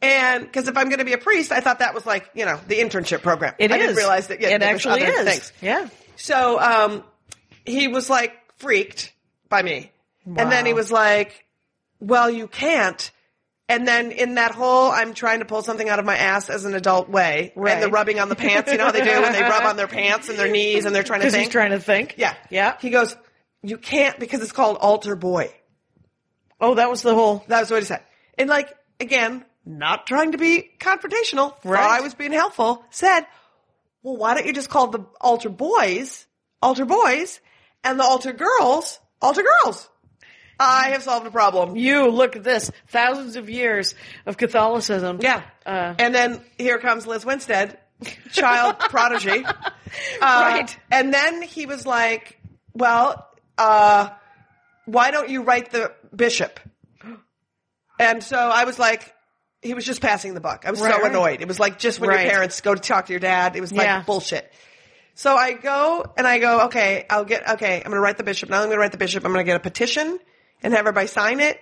Speaker 2: And because if I'm going to be a priest, I thought that was like, you know, the internship program.
Speaker 1: It
Speaker 2: I
Speaker 1: is.
Speaker 2: didn't realize that. Yeah,
Speaker 1: it
Speaker 2: there was
Speaker 1: actually
Speaker 2: other
Speaker 1: is.
Speaker 2: Things.
Speaker 1: Yeah.
Speaker 2: So, um, he was like freaked by me. And then he
Speaker 1: Wow.
Speaker 2: was like, well, you can't. And then in that whole, I'm trying to pull something out of my ass as an adult way.
Speaker 1: Right.
Speaker 2: And the rubbing on the pants, you know how they do when they rub on their pants and their knees and they're trying to
Speaker 1: Because he's
Speaker 2: think.
Speaker 1: trying to think.
Speaker 2: yeah.
Speaker 1: Yeah.
Speaker 2: He goes, you can't because it's called altar boy.
Speaker 1: Oh, that was the whole.
Speaker 2: That was what he said. And like, again, not trying to be confrontational.
Speaker 1: Right.
Speaker 2: Thought I was being helpful. Said, well, why don't you just call the altar boys, altar boys, and the altar girls, altar girls? I have solved a problem.
Speaker 1: You look at this. Thousands of years of Catholicism.
Speaker 2: Um, Yeah.
Speaker 1: Uh,
Speaker 2: and then here comes Liz Winstead, child prodigy. Uh,
Speaker 1: Right.
Speaker 2: And then he was like, well, uh, why don't you write the bishop? And so I was like, he was just passing the buck. I was
Speaker 1: Right,
Speaker 2: so
Speaker 1: right.
Speaker 2: annoyed. It was like just when
Speaker 1: Right.
Speaker 2: your parents go to talk to your dad. It was like
Speaker 1: Yeah.
Speaker 2: bullshit. So I go and I go, okay, I'll get, okay, I'm going to write the bishop. Now I'm going to write the bishop. I'm going to get a petition and have everybody sign it.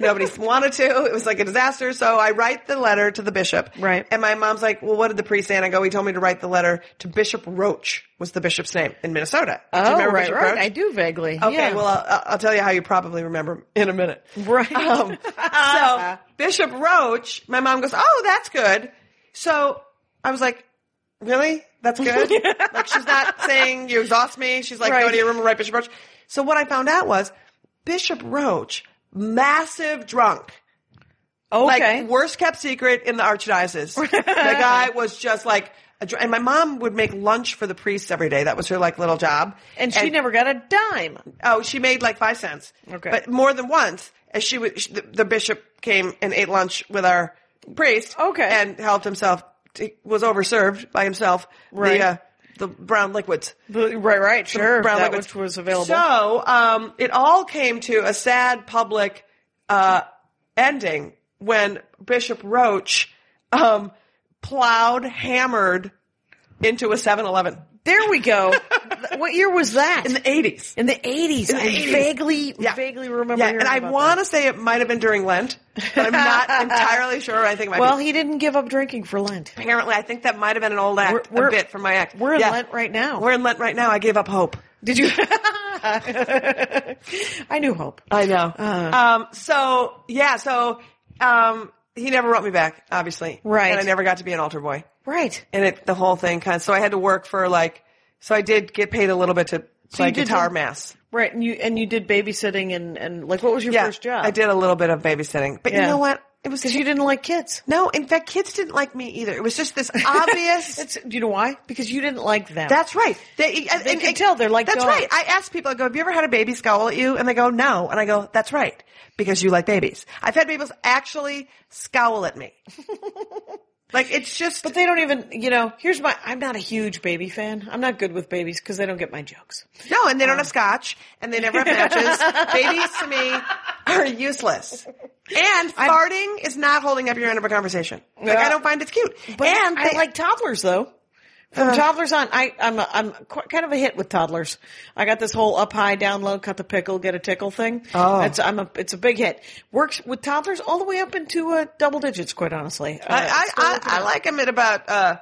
Speaker 2: Nobody wanted to. It was like a disaster. So I write the letter to the bishop.
Speaker 1: Right.
Speaker 2: And my mom's like, well, what did the priest say? And I go, he told me to write the letter to Bishop Roach was the bishop's name in Minnesota. Do you
Speaker 1: oh,
Speaker 2: remember
Speaker 1: right,
Speaker 2: Bishop
Speaker 1: right.
Speaker 2: Roach?
Speaker 1: I do vaguely.
Speaker 2: Okay,
Speaker 1: Yeah.
Speaker 2: well, I'll- I'll, I'll tell you how you probably remember him in a minute.
Speaker 1: Right.
Speaker 2: Um,
Speaker 1: Uh-huh.
Speaker 2: so Bishop Roach, my mom goes, "Oh, that's good." So I was like, "Really? That's good?" like she's not saying you exhaust me. She's like,
Speaker 1: Right.
Speaker 2: "Go to your room and write Bishop Roach." So what I found out was Bishop Roach, massive drunk.
Speaker 1: okay.
Speaker 2: Like worst kept secret in the archdiocese. the guy was just like, a dr- and my mom would make lunch for the priests every day. That was her like little job.
Speaker 1: And she never got a dime.
Speaker 2: Oh, she made like five cents.
Speaker 1: Okay.
Speaker 2: But more than once, as she was, the, the bishop came and ate lunch with our priest.
Speaker 1: Okay.
Speaker 2: And helped himself. He was overserved by himself.
Speaker 1: Right.
Speaker 2: The, uh, the brown liquids.
Speaker 1: The- right, right, sure.
Speaker 2: brown
Speaker 1: that
Speaker 2: liquids.
Speaker 1: which was available.
Speaker 2: So, um, it all came to a sad public, uh, ending when Bishop Roach, um, plowed, hammered into a 7-Eleven.
Speaker 1: there we go. Th- what year was that? In the
Speaker 2: 80s.
Speaker 1: in the 80s. I
Speaker 2: 80s.
Speaker 1: vaguely
Speaker 2: Yeah.
Speaker 1: vaguely remember
Speaker 2: Yeah,
Speaker 1: hearing
Speaker 2: and I
Speaker 1: about
Speaker 2: want to say it might have been during Lent, but I'm not entirely sure. I think it might
Speaker 1: that. Well,
Speaker 2: be.
Speaker 1: he didn't give up drinking for Lent.
Speaker 2: apparently, I think that might have been an old act,
Speaker 1: We're- we're-
Speaker 2: a bit from my act.
Speaker 1: We're in
Speaker 2: Yeah.
Speaker 1: Lent right now.
Speaker 2: We're in Lent right now. I gave up hope.
Speaker 1: Did you? I knew hope. Uh,
Speaker 2: I know. um, so yeah, so um, he never wrote me back, obviously.
Speaker 1: Right.
Speaker 2: And I never got to be an altar boy,
Speaker 1: Right.
Speaker 2: and it the whole thing kind of. So I had to work for like. So I did get paid a little bit to play
Speaker 1: you did
Speaker 2: guitar
Speaker 1: some-
Speaker 2: mass.
Speaker 1: Right. And you and you did babysitting and and like what was your
Speaker 2: Yeah,
Speaker 1: first job?
Speaker 2: I did a little bit of babysitting, but
Speaker 1: Yeah.
Speaker 2: you know what? It was
Speaker 1: Because you didn't like kids.
Speaker 2: no. In fact, kids didn't like me either. It was just this obvious.
Speaker 1: It's, do you know why? Because you didn't like them.
Speaker 2: That's right. They, and,
Speaker 1: They
Speaker 2: and-
Speaker 1: can tell. They're like
Speaker 2: That's
Speaker 1: dogs.
Speaker 2: right. I ask people. I go, "Have you ever had a baby scowl at you?" And they go, "No." And I go, "That's right, because you like babies." I've had babies actually scowl at me. like it's just.
Speaker 1: But they don't even, you know, here's my, I'm not a huge baby fan. I'm not good with babies because they don't get my jokes.
Speaker 2: no, and they don't have scotch, and they never have matches. babies to me are useless. And farting is not holding up your end of a conversation. Like
Speaker 1: Yeah.
Speaker 2: I don't find it's cute.
Speaker 1: But
Speaker 2: and
Speaker 1: I
Speaker 2: they- Uh-huh.
Speaker 1: like toddlers though. From toddlers on, I, I'm, a, I'm qu- kind of a hit with toddlers. I got this whole up high, down low, cut the pickle, get a tickle thing.
Speaker 2: Oh.
Speaker 1: That's, I'm a, it's a big hit. Works with toddlers all the way up into uh, double digits, quite honestly. Uh,
Speaker 2: I,
Speaker 1: it's still
Speaker 2: I,
Speaker 1: working
Speaker 2: I, I
Speaker 1: out.
Speaker 2: like him at about. Uh,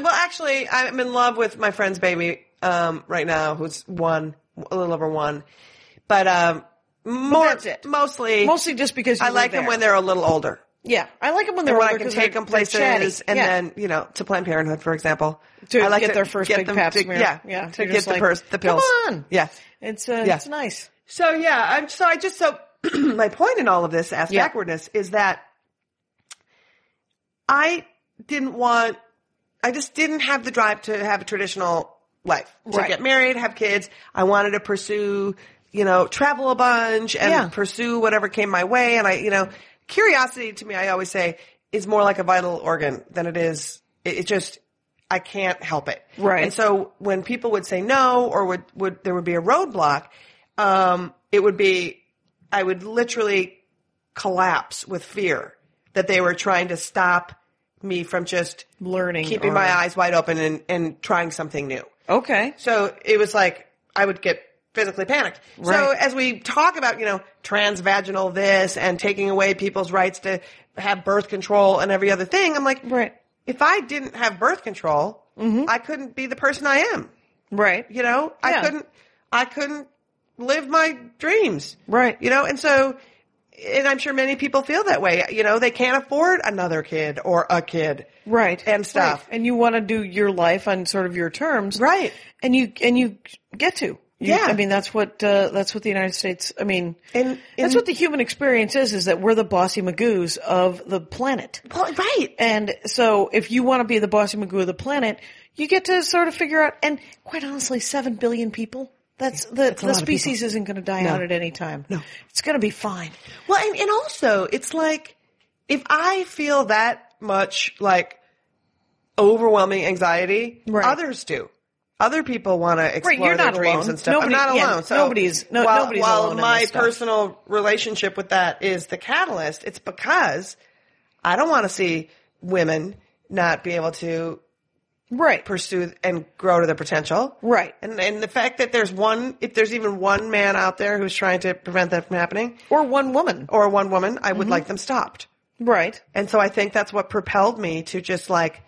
Speaker 2: well, actually, I'm in love with my friend's baby um, right now, who's one, a little over one, but um, more
Speaker 1: that's it.
Speaker 2: mostly
Speaker 1: Mostly just because you
Speaker 2: I
Speaker 1: live
Speaker 2: like
Speaker 1: there.
Speaker 2: him when they're a little older,
Speaker 1: yeah, I like them when they're
Speaker 2: when
Speaker 1: older
Speaker 2: I can
Speaker 1: 'cause
Speaker 2: take
Speaker 1: they're-
Speaker 2: them
Speaker 1: they're
Speaker 2: places,
Speaker 1: chatty.
Speaker 2: and
Speaker 1: Yeah.
Speaker 2: then you know to Planned Parenthood, for example.
Speaker 1: To
Speaker 2: I like
Speaker 1: get their first
Speaker 2: get
Speaker 1: big
Speaker 2: them
Speaker 1: pap
Speaker 2: to-
Speaker 1: smear.
Speaker 2: Yeah,
Speaker 1: Yeah,
Speaker 2: to
Speaker 1: you're
Speaker 2: get
Speaker 1: just
Speaker 2: the,
Speaker 1: like,
Speaker 2: pers- the
Speaker 1: "Come
Speaker 2: pills.
Speaker 1: on."
Speaker 2: yeah.
Speaker 1: it's uh,
Speaker 2: Yeah.
Speaker 1: it's nice.
Speaker 2: So yeah, I'm so I just so my point in all of this ass
Speaker 1: Yeah.
Speaker 2: backwardness is that I didn't want I just didn't have the drive to have a traditional life. To
Speaker 1: Right.
Speaker 2: get married, have kids. I wanted to pursue, you know, travel a bunch and
Speaker 1: Yeah.
Speaker 2: pursue whatever came my way and I, you know, curiosity to me I always say is more like a vital organ than it is it, it just I can't help it.
Speaker 1: Right.
Speaker 2: And so when people would say no or would, would there would be a roadblock, um, it would be I would literally collapse with fear that they were trying to stop me from just
Speaker 1: Learning
Speaker 2: keeping
Speaker 1: or-
Speaker 2: my eyes wide open and, and trying something new.
Speaker 1: Okay.
Speaker 2: So it was like I would get physically panicked. So
Speaker 1: Right.
Speaker 2: as we talk about, you know, transvaginal this and taking away people's rights to have birth control and every other thing, I'm like,
Speaker 1: Right.
Speaker 2: if I didn't have birth control, I couldn't be the person I am.
Speaker 1: Right.
Speaker 2: You know,
Speaker 1: Yeah.
Speaker 2: I couldn't, I couldn't live my dreams.
Speaker 1: Right.
Speaker 2: You know, and so, and I'm sure many people feel that way. You know, they can't afford another kid or a kid.
Speaker 1: Right.
Speaker 2: And stuff.
Speaker 1: Right. And you want to do your life on sort of your terms.
Speaker 2: Right.
Speaker 1: And you, and you get to. You-
Speaker 2: Yeah.
Speaker 1: I mean, that's what, uh, that's what the United States, I mean,
Speaker 2: And-
Speaker 1: that's
Speaker 2: and-
Speaker 1: what the human experience is, is that we're the bossy magoos of the planet.
Speaker 2: Well, right.
Speaker 1: And so if you want to be the bossy magoo of the planet, you get to sort of figure out, and quite honestly, seven billion people. That's the, the
Speaker 2: lot of
Speaker 1: species isn't going to die out at any time. No. It's going to be fine.
Speaker 2: Well, and, and also, it's like if I feel that much like overwhelming anxiety,
Speaker 1: Right.
Speaker 2: others do. Other people want to explore
Speaker 1: you're
Speaker 2: their
Speaker 1: not
Speaker 2: dreams
Speaker 1: alone.
Speaker 2: and stuff.
Speaker 1: Nobody-
Speaker 2: I'm not
Speaker 1: yeah,
Speaker 2: alone. So
Speaker 1: nobody's- no-
Speaker 2: while,
Speaker 1: nobody's
Speaker 2: while
Speaker 1: alone in
Speaker 2: my
Speaker 1: this stuff.
Speaker 2: personal relationship with that is the catalyst, it's because I don't want to see women not be able to
Speaker 1: Right.
Speaker 2: pursue and grow to their potential.
Speaker 1: Right.
Speaker 2: And and the fact that there's one, if there's even one man out there who's trying to prevent that from happening,
Speaker 1: Or one woman.
Speaker 2: or one woman, I would
Speaker 1: Mm-hmm.
Speaker 2: like them stopped.
Speaker 1: Right.
Speaker 2: And so I think that's what propelled me to just like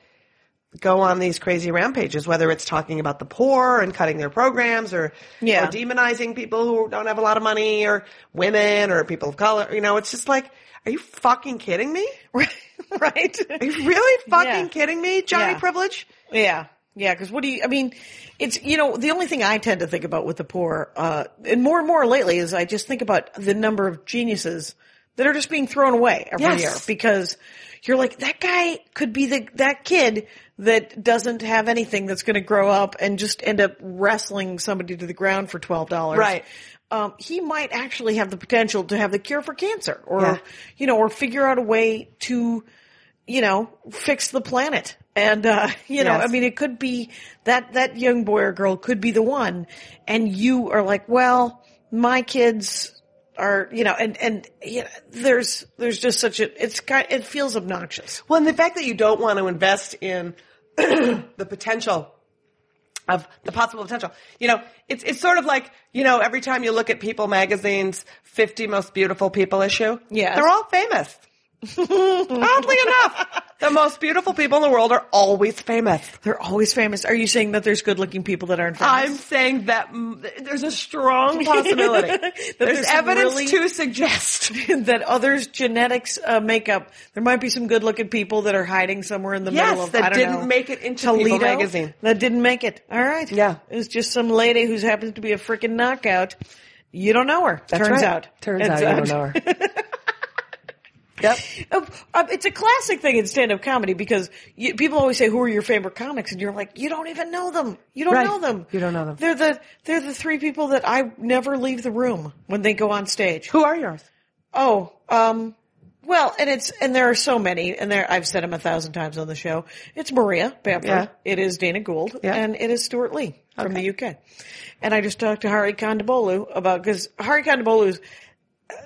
Speaker 2: go on these crazy rampages, whether it's talking about the poor and cutting their programs or,
Speaker 1: Yeah.
Speaker 2: or demonizing people who don't have a lot of money or women or people of color. You know, it's just like, are you fucking kidding me?
Speaker 1: right.
Speaker 2: Are you really fucking
Speaker 1: Yeah.
Speaker 2: kidding me, Johnny
Speaker 1: Yeah.
Speaker 2: Privilege?
Speaker 1: Yeah. Yeah, because what do you, I mean, it's, you know, the only thing I tend to think about with the poor, uh, and more and more lately is I just think about the number of geniuses that are just being thrown away every
Speaker 2: Yes.
Speaker 1: year because you're like, that guy could be the, that kid that doesn't have anything that's going to grow up and just end up wrestling somebody to the ground for twelve dollars.
Speaker 2: Right.
Speaker 1: Um, he might actually have the potential to have the cure for cancer, or
Speaker 2: Yeah.
Speaker 1: you know, or figure out a way to, you know, fix the planet. And uh, you know,
Speaker 2: Yes.
Speaker 1: I mean, it could be that that young boy or girl could be the one, and you are like, well, my kids are, you know, and and you know, there's there's just such a it's kind it feels obnoxious.
Speaker 2: Well, and the fact that you don't want to invest in the potential of the possible potential, you know, it's it's sort of like you know every time you look at People magazine's 50 most beautiful people issue,
Speaker 1: Yes.
Speaker 2: they're all famous. Oddly enough, the most beautiful people in the world are always famous.
Speaker 1: They're always famous. Are you saying that there's good looking people that aren't
Speaker 2: I'm
Speaker 1: famous?
Speaker 2: saying that mm, th- there's a strong possibility.
Speaker 1: That
Speaker 2: there's,
Speaker 1: there's some
Speaker 2: evidence
Speaker 1: really-
Speaker 2: to suggest.
Speaker 1: that others' genetics, uh, makeup. There might be some good looking people that are hiding somewhere in the
Speaker 2: Yes,
Speaker 1: middle of
Speaker 2: that
Speaker 1: I don't
Speaker 2: didn't
Speaker 1: know,
Speaker 2: make it into People
Speaker 1: Toledo
Speaker 2: magazine.
Speaker 1: That didn't make it. All right.
Speaker 2: Yeah.
Speaker 1: It was just some lady who's happens to be a freaking knockout. You don't know her.
Speaker 2: That's
Speaker 1: turns
Speaker 2: right.
Speaker 1: out.
Speaker 2: Turns
Speaker 1: It's
Speaker 2: out you don't know her. yep.
Speaker 1: Uh, uh, it's a classic thing in stand-up comedy because you, people always say, "Who are your favorite comics?" and you're like, "You don't even know them. You don't
Speaker 2: Right.
Speaker 1: know them.
Speaker 2: You don't know them."
Speaker 1: They're the they're the three people that I never leave the room when they go on stage.
Speaker 2: Who are yours?
Speaker 1: Oh, um, well, and it's and there are so many, and there I've said them a thousand times on the show. It's Maria Bamford.
Speaker 2: Yeah.
Speaker 1: It is Dana Gould,
Speaker 2: Yeah.
Speaker 1: and it is Stuart Lee from
Speaker 2: Okay.
Speaker 1: the UK. And I just talked to Hari Kondabolu about because Hari Kondabolu's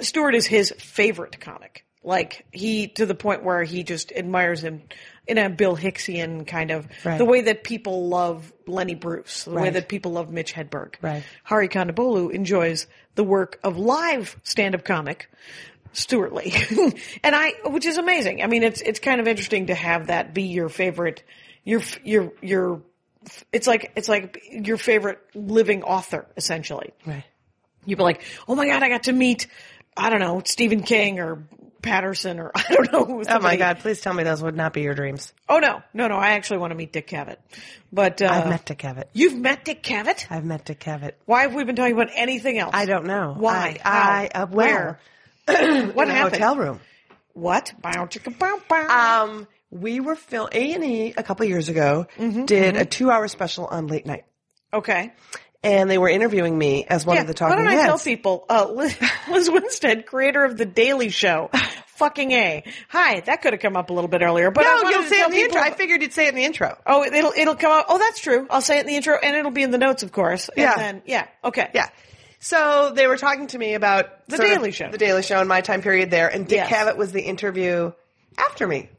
Speaker 1: Stewart is his favorite comic. Like he to the point where he just admires him in a Bill Hicksian kind of
Speaker 2: Right.
Speaker 1: the way that people love Lenny Bruce, the way
Speaker 2: Right.
Speaker 1: that people love Mitch Hedberg.
Speaker 2: Right.
Speaker 1: Hari Kondabolu enjoys the work of live stand-up comic Stuart Lee, and I, which is amazing. I mean, it's it's kind of interesting to have that be your favorite, your f- your your. It's like it's like your favorite living author essentially
Speaker 2: Right.
Speaker 1: you'd be like, oh my god, I got to meet, I don't know, Stephen King or Patterson or I don't know. who
Speaker 2: Oh my
Speaker 1: somebody-
Speaker 2: God! Please tell me those would not be your dreams.
Speaker 1: Oh no, no, no. I actually want to meet Dick Cavett, but uh,
Speaker 2: I've met Dick Cavett.
Speaker 1: You've met Dick Cavett.
Speaker 2: I've met Dick Cavett.
Speaker 1: Why have we been talking about anything else?
Speaker 2: I don't know
Speaker 1: Why?
Speaker 2: I, I
Speaker 1: How?
Speaker 2: uh, where?
Speaker 1: What
Speaker 2: In a
Speaker 1: happened?
Speaker 2: hotel room.
Speaker 1: What? Bow chicka bow bow.
Speaker 2: Um, we were film A and E a couple years ago. Did a two-hour special on late night,
Speaker 1: okay.
Speaker 2: and they were interviewing me as one
Speaker 1: Yeah.
Speaker 2: of the
Speaker 1: Why
Speaker 2: talking
Speaker 1: don't I tell
Speaker 2: heads.
Speaker 1: people? Uh, Liz, Liz Winstead, creator of the Daily Show. Fucking a. Hi, that could have come up a little bit earlier, but I
Speaker 2: no,
Speaker 1: wanted
Speaker 2: you'll
Speaker 1: to
Speaker 2: say it
Speaker 1: tell
Speaker 2: in the
Speaker 1: people
Speaker 2: intro. I figured you'd say it in the intro.
Speaker 1: Oh, it'll it'll come out. Oh, that's true. I'll say it in the intro, and it'll be in the notes, of course. And
Speaker 2: Yeah.
Speaker 1: Then, yeah. Okay.
Speaker 2: Yeah. So they were talking to me about
Speaker 1: The
Speaker 2: sort of
Speaker 1: Daily Show.
Speaker 2: the Daily Show, and my time period there. And Dick
Speaker 1: Yes.
Speaker 2: Cavett was the interview after me,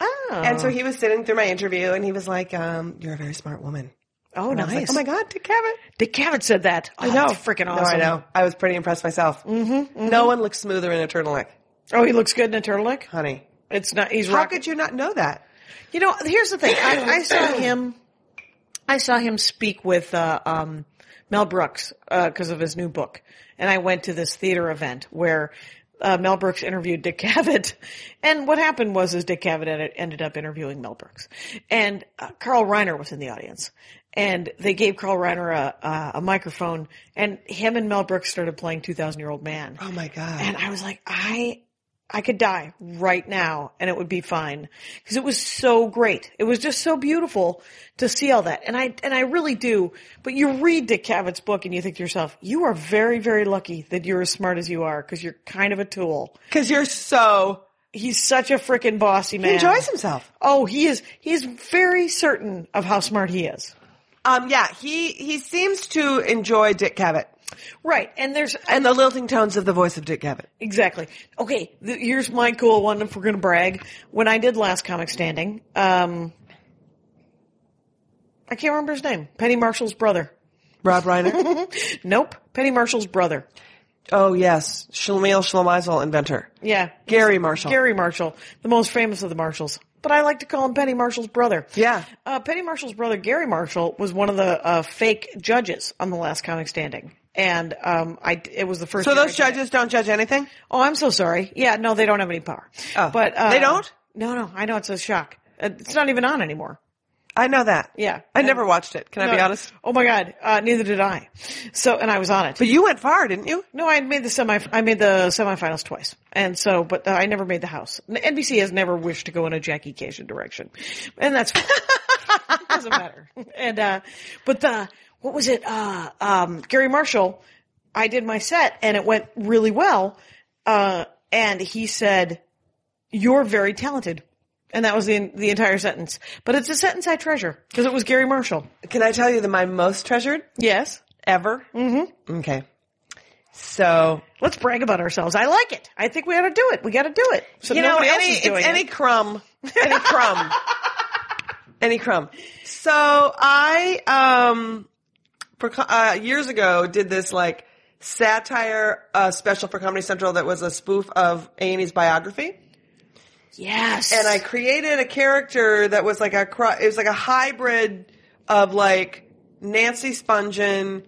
Speaker 1: Oh.
Speaker 2: and so he was sitting through my interview, and he was like, um, "You're a very smart woman."
Speaker 1: oh,
Speaker 2: And I was
Speaker 1: nice.
Speaker 2: like, oh my God, Dick Cavett.
Speaker 1: Dick Cavett said that. Oh,
Speaker 2: No,
Speaker 1: that's freaking awesome.
Speaker 2: No, I know. I was pretty impressed myself. Mm-hmm, No one looks smoother in a turtleneck,
Speaker 1: Oh, he looks good in a turtleneck.
Speaker 2: honey.
Speaker 1: It's not. He's
Speaker 2: How
Speaker 1: rocking.
Speaker 2: could you not know that?
Speaker 1: You know, here's the thing. I, I saw him. I saw him speak with uh, um, Mel Brooks because of his new book, and I went to this theater event where uh, Mel Brooks interviewed Dick Cavett, and what happened was is Dick Cavett ended, ended up interviewing Mel Brooks, and uh, Carl Reiner was in the audience, and they gave Carl Reiner a, a, a microphone, and him and Mel Brooks started playing Two Thousand Year Old Man.
Speaker 2: Oh my God.
Speaker 1: And I was like, I, I could die right now and it would be fine. Cause it was so great. It was just so beautiful to see all that. And I, and I really do. But you read Dick Cavett's book and you think to yourself, you are very, very lucky that you're as smart as you are cause you're kind of a tool.
Speaker 2: Because you're so.
Speaker 1: He's such a freaking bossy man.
Speaker 2: He enjoys himself.
Speaker 1: Oh, he is, he is very certain of how smart he is.
Speaker 2: Um, yeah, he, he seems to enjoy Dick Cavett
Speaker 1: Right. And there's,
Speaker 2: and the lilting tones of the voice of Dick Cavett.
Speaker 1: Exactly. Okay, th- here's my cool one if we're going to brag. When I did last comic standing, um, I can't remember his name. Penny Marshall's brother.
Speaker 2: Rob Reiner.
Speaker 1: Nope. Penny Marshall's brother.
Speaker 2: oh, yes. Shlemiel Shlemazel, inventor.
Speaker 1: Yeah.
Speaker 2: Gary Marshall.
Speaker 1: Gary Marshall, the most famous of the Marshalls. But I like to call him Penny Marshall's brother.
Speaker 2: Yeah.
Speaker 1: Uh, Penny Marshall's brother, Gary Marshall, was one of the uh, fake judges on the last comic standing. And um, I, it was the first.
Speaker 2: So
Speaker 1: year I
Speaker 2: those
Speaker 1: did it.
Speaker 2: judges don't judge anything?
Speaker 1: Oh, I'm so sorry. Yeah, no, they don't have any power.
Speaker 2: Oh.
Speaker 1: but uh,
Speaker 2: They don't?
Speaker 1: No, no, I know it's a shock. Uh, It's not even on anymore.
Speaker 2: I know that.
Speaker 1: Yeah.
Speaker 2: I
Speaker 1: And-
Speaker 2: never watched it. Can I be
Speaker 1: No.
Speaker 2: honest?
Speaker 1: Oh my god, uh, neither did I. So, and I was on it.
Speaker 2: But you went far, didn't you?
Speaker 1: no, I made the semi. I made the semifinals twice, and so, but uh, I never made the house. N- NBC has never wished to go in a Jackie Cation direction, and that's. fine. Doesn't matter. And uh, but the what was it? Uh, um, Gary Marshall. I did my set and it went really well. Uh, and he said, "You're very talented," and that was the the entire sentence. But it's a sentence I treasure because it was Gary Marshall.
Speaker 2: Can I tell you the my most treasured
Speaker 1: Yes.
Speaker 2: ever? Mm-hmm. Okay. So
Speaker 1: Let's brag about ourselves. I like it. I think we ought to do it. We got to do it. So
Speaker 2: you know,
Speaker 1: nobody
Speaker 2: any
Speaker 1: else is
Speaker 2: it's
Speaker 1: doing it.
Speaker 2: any crumb, any crumb, any crumb. So I um, for, co- uh, years ago did this like satire uh, special for Comedy Central that was a spoof of A and E's biography,
Speaker 1: Yes.
Speaker 2: and I created a character that was like a cro- it was like a hybrid of like Nancy Spungen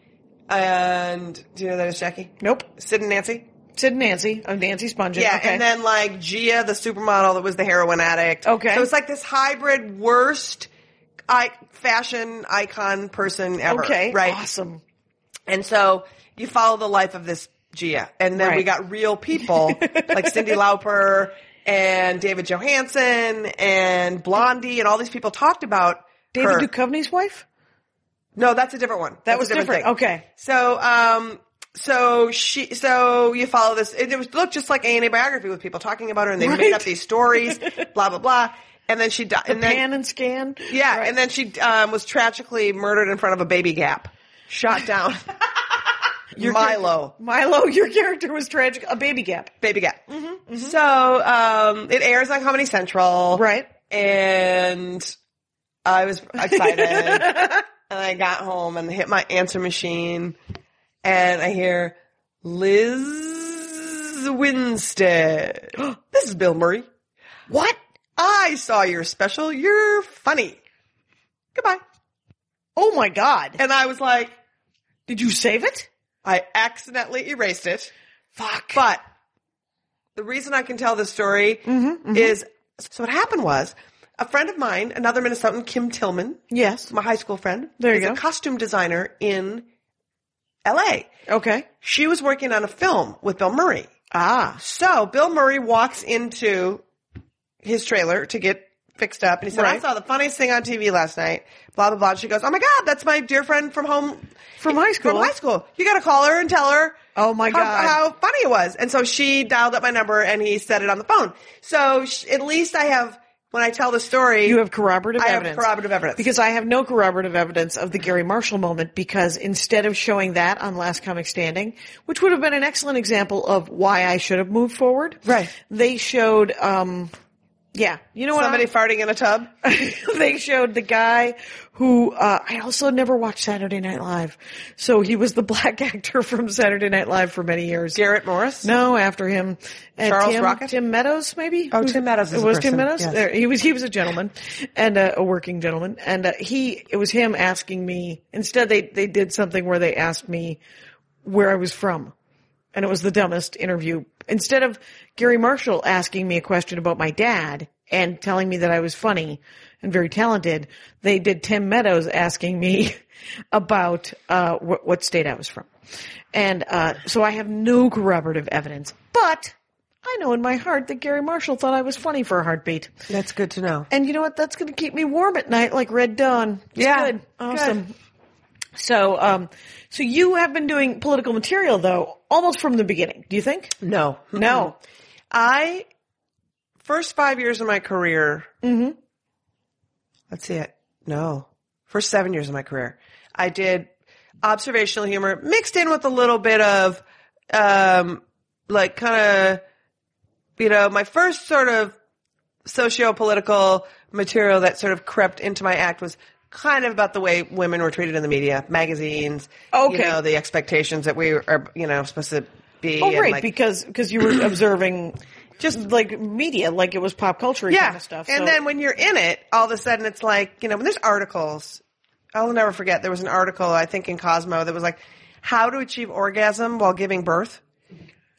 Speaker 2: and do you know that is Jackie
Speaker 1: nope.
Speaker 2: Sid and Nancy.
Speaker 1: Sid and Nancy. I'm Nancy Sponge.
Speaker 2: Yeah,
Speaker 1: okay.
Speaker 2: and then like Gia, the supermodel that was the heroin addict.
Speaker 1: Okay.
Speaker 2: So it's like this hybrid worst I- fashion icon person ever.
Speaker 1: okay,
Speaker 2: Right.
Speaker 1: awesome.
Speaker 2: And so you follow the life of this Gia. And then we
Speaker 1: Right.
Speaker 2: got real people like Cindy Lauper and David Johansen and Blondie and all these people talked about her.
Speaker 1: David Duchovny's wife.
Speaker 2: No, that's a different one. That's
Speaker 1: was
Speaker 2: a
Speaker 1: different.
Speaker 2: thing.
Speaker 1: Okay.
Speaker 2: So, um, so she, so you follow this. It, it was looked just like A and A biography with people talking about her, and they made
Speaker 1: Right.
Speaker 2: up these stories, blah blah blah. And then she died. and then,
Speaker 1: Pan and Scan.
Speaker 2: yeah, and then she um, was tragically murdered in front of a baby gap, shot down. Milo,
Speaker 1: Milo, your character was tragic. A baby gap.
Speaker 2: baby gap.
Speaker 1: Mm-hmm,
Speaker 2: So um, it airs on Comedy Central,
Speaker 1: Right.
Speaker 2: And I was excited. And I got home and hit my answer machine, and I hear Liz Winstead. this is Bill Murray.
Speaker 1: What?
Speaker 2: I saw your special. You're funny. Goodbye.
Speaker 1: Oh my God!
Speaker 2: And I was like,
Speaker 1: Did you save it?
Speaker 2: I accidentally erased it.
Speaker 1: Fuck.
Speaker 2: But the reason I can tell this story
Speaker 1: Mm-hmm,
Speaker 2: is so what happened was a friend of mine, another Minnesotan, Kim Tillman,
Speaker 1: yes.
Speaker 2: my high school friend,
Speaker 1: There you
Speaker 2: is a
Speaker 1: go.
Speaker 2: costume designer in LA.
Speaker 1: Okay.
Speaker 2: she was working on a film with Bill Murray.
Speaker 1: Ah.
Speaker 2: So Bill Murray walks into his trailer to get fixed up and he said, I
Speaker 1: Right.
Speaker 2: saw the funniest thing on TV last night, blah, blah, blah. And she goes, Oh my God, that's my dear friend from home,
Speaker 1: From high
Speaker 2: from
Speaker 1: school.
Speaker 2: high school. You got to call her and tell her.
Speaker 1: Oh my
Speaker 2: how-
Speaker 1: God.
Speaker 2: How funny it was. And so she dialed up my number and he said it on the phone. So sh- at least I have, when I tell the story,
Speaker 1: You have corroborative
Speaker 2: I have
Speaker 1: evidence.
Speaker 2: corroborative evidence.
Speaker 1: Because I have no corroborative evidence of the Gary Marshall moment because instead of showing that on Last Comic Standing, which would have been an excellent example of why I should have moved forward.
Speaker 2: Right.
Speaker 1: They showed, um, yeah, you know what?
Speaker 2: somebody
Speaker 1: I'm-
Speaker 2: farting in a tub.
Speaker 1: they showed the guy who uh, I also never watched Saturday Night Live, so he was the black actor from Saturday Night Live for many years.
Speaker 2: Garrett Morris.
Speaker 1: No, after him, Uh,
Speaker 2: Charles
Speaker 1: Tim,
Speaker 2: Rocket?
Speaker 1: Tim Meadows, maybe.
Speaker 2: Oh,
Speaker 1: Who's-
Speaker 2: Tim Meadows is
Speaker 1: It
Speaker 2: a
Speaker 1: was Tim
Speaker 2: person,
Speaker 1: Meadows.
Speaker 2: yes.
Speaker 1: There, he was he was a gentleman and uh, a working gentleman, and uh, he it was him asking me. Instead, they they did something where they asked me where I was from, and it was the dumbest interview. Instead of Gary Marshall asking me a question about my dad and telling me that I was funny and very talented, they did Tim Meadows asking me about uh, wh- what state I was from. And uh, so I have no corroborative evidence, but I know in my heart that Gary Marshall thought I was funny for a heartbeat.
Speaker 2: That's good to know.
Speaker 1: And you know what? That's going to keep me warm at night like Red Dawn. It's
Speaker 2: Yeah.
Speaker 1: Good. Awesome. So, um, so you have been doing political material though, almost from the beginning. Do you think?
Speaker 2: No.
Speaker 1: No.
Speaker 2: I first five years of my career. Mm-hmm. Let's see it. No, first seven years of my career, I did observational humor mixed in with a little bit of, um, like kind of, you know, my first sort of socio-political material that sort of crept into my act was kind of about the way women were treated in the media, magazines.
Speaker 1: Okay.
Speaker 2: You know, the expectations that we are, you know, supposed to be.
Speaker 1: Oh,
Speaker 2: and,
Speaker 1: right.
Speaker 2: like,
Speaker 1: because, because you were observing just like media, like it was pop culture kind of stuff.
Speaker 2: And
Speaker 1: So-
Speaker 2: then when you're in it, all of a sudden it's like, you know, when there's articles, I'll never forget, there was an article, I think in Cosmo, that was like, how to achieve orgasm while giving birth.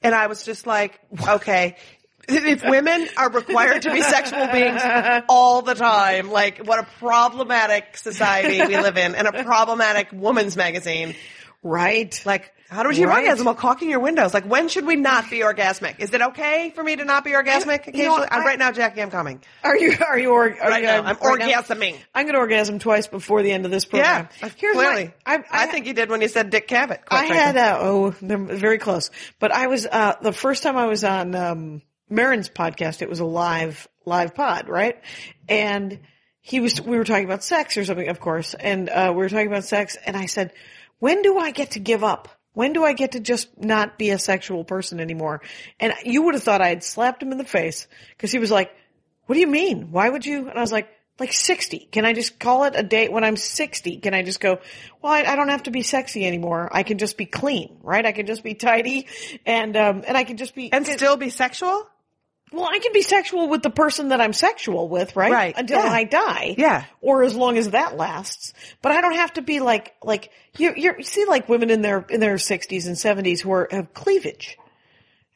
Speaker 2: And I was just like, okay. If women are required to be sexual beings all the time, like what a problematic society we live in and a problematic woman's magazine.
Speaker 1: Right.
Speaker 2: Like, how do we achieve
Speaker 1: Right.
Speaker 2: orgasm while caulking your windows? Like, when should we not be orgasmic? Is it okay for me to not be orgasmic occasionally?
Speaker 1: you know,
Speaker 2: I'm
Speaker 1: I-
Speaker 2: right now, Jackie, I'm coming.
Speaker 1: Are you? Are you? Or, are
Speaker 2: Right
Speaker 1: you
Speaker 2: now, I'm
Speaker 1: now?
Speaker 2: orgasming.
Speaker 1: I'm going to orgasm twice before the end of this program.
Speaker 2: Yeah,
Speaker 1: Here's
Speaker 2: clearly.
Speaker 1: my.
Speaker 2: Uh, I, think you did when you said Dick Cavett. quite
Speaker 1: I
Speaker 2: frankly.
Speaker 1: had uh, oh, they're very close. But I was uh, the first time I was on um, Marin's podcast. It was a live live pod, right? And he was. We were talking about sex or something, of course. And uh, we were talking about sex, and I said, "When do I get to give up? When do I get to just not be a sexual person anymore?" And you would have thought I had slapped him in the face because he was like, "What do you mean? Why would you?" And I was like. Like 60. Can I just call it a date when I'm 60? Can I just go, well, I, I don't have to be sexy anymore. I can just be clean, right? I can just be tidy and, um, and I can just be,
Speaker 2: and still be sexual?
Speaker 1: well, I can be sexual with the person that I'm sexual with, right?
Speaker 2: Right,
Speaker 1: Until
Speaker 2: yeah.
Speaker 1: I die.
Speaker 2: Yeah.
Speaker 1: Or as long as that lasts. But I don't have to be like, like, you, you're, you see like women in their, in their 60s and 70s who are, have cleavage.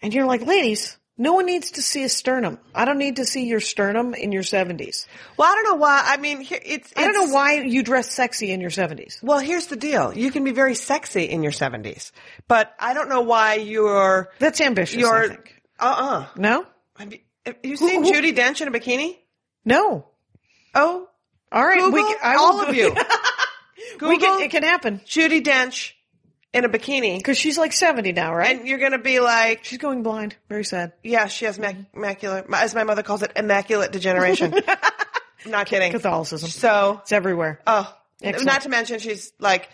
Speaker 1: And you're like, ladies, no one needs to see a sternum. I don't need to see your sternum in your 70s.
Speaker 2: Well, I don't know why. I mean, here, it's,
Speaker 1: I don't
Speaker 2: it's-
Speaker 1: know why you dress sexy in your 70s.
Speaker 2: Well, here's the deal. You can be very sexy in your 70s, but I don't know why you're,
Speaker 1: That's ambitious. I
Speaker 2: you're,
Speaker 1: think.
Speaker 2: uh-uh.
Speaker 1: No?
Speaker 2: Have you, have you seen
Speaker 1: who-
Speaker 2: Judy Dench in a bikini?
Speaker 1: No.
Speaker 2: Oh,
Speaker 1: All right.
Speaker 2: Google,
Speaker 1: we can, I will
Speaker 2: all of
Speaker 1: go-
Speaker 2: you. Google
Speaker 1: we can, it can happen.
Speaker 2: Judy Dench in a bikini.
Speaker 1: Because she's like 70 now, right?
Speaker 2: And you're going to be like,
Speaker 1: she's going blind. Very sad.
Speaker 2: Yeah, she has mac- macular, as my mother calls it, immaculate degeneration. not kidding.
Speaker 1: Catholicism.
Speaker 2: So,
Speaker 1: It's everywhere.
Speaker 2: oh,
Speaker 1: Excellent.
Speaker 2: not to mention she's like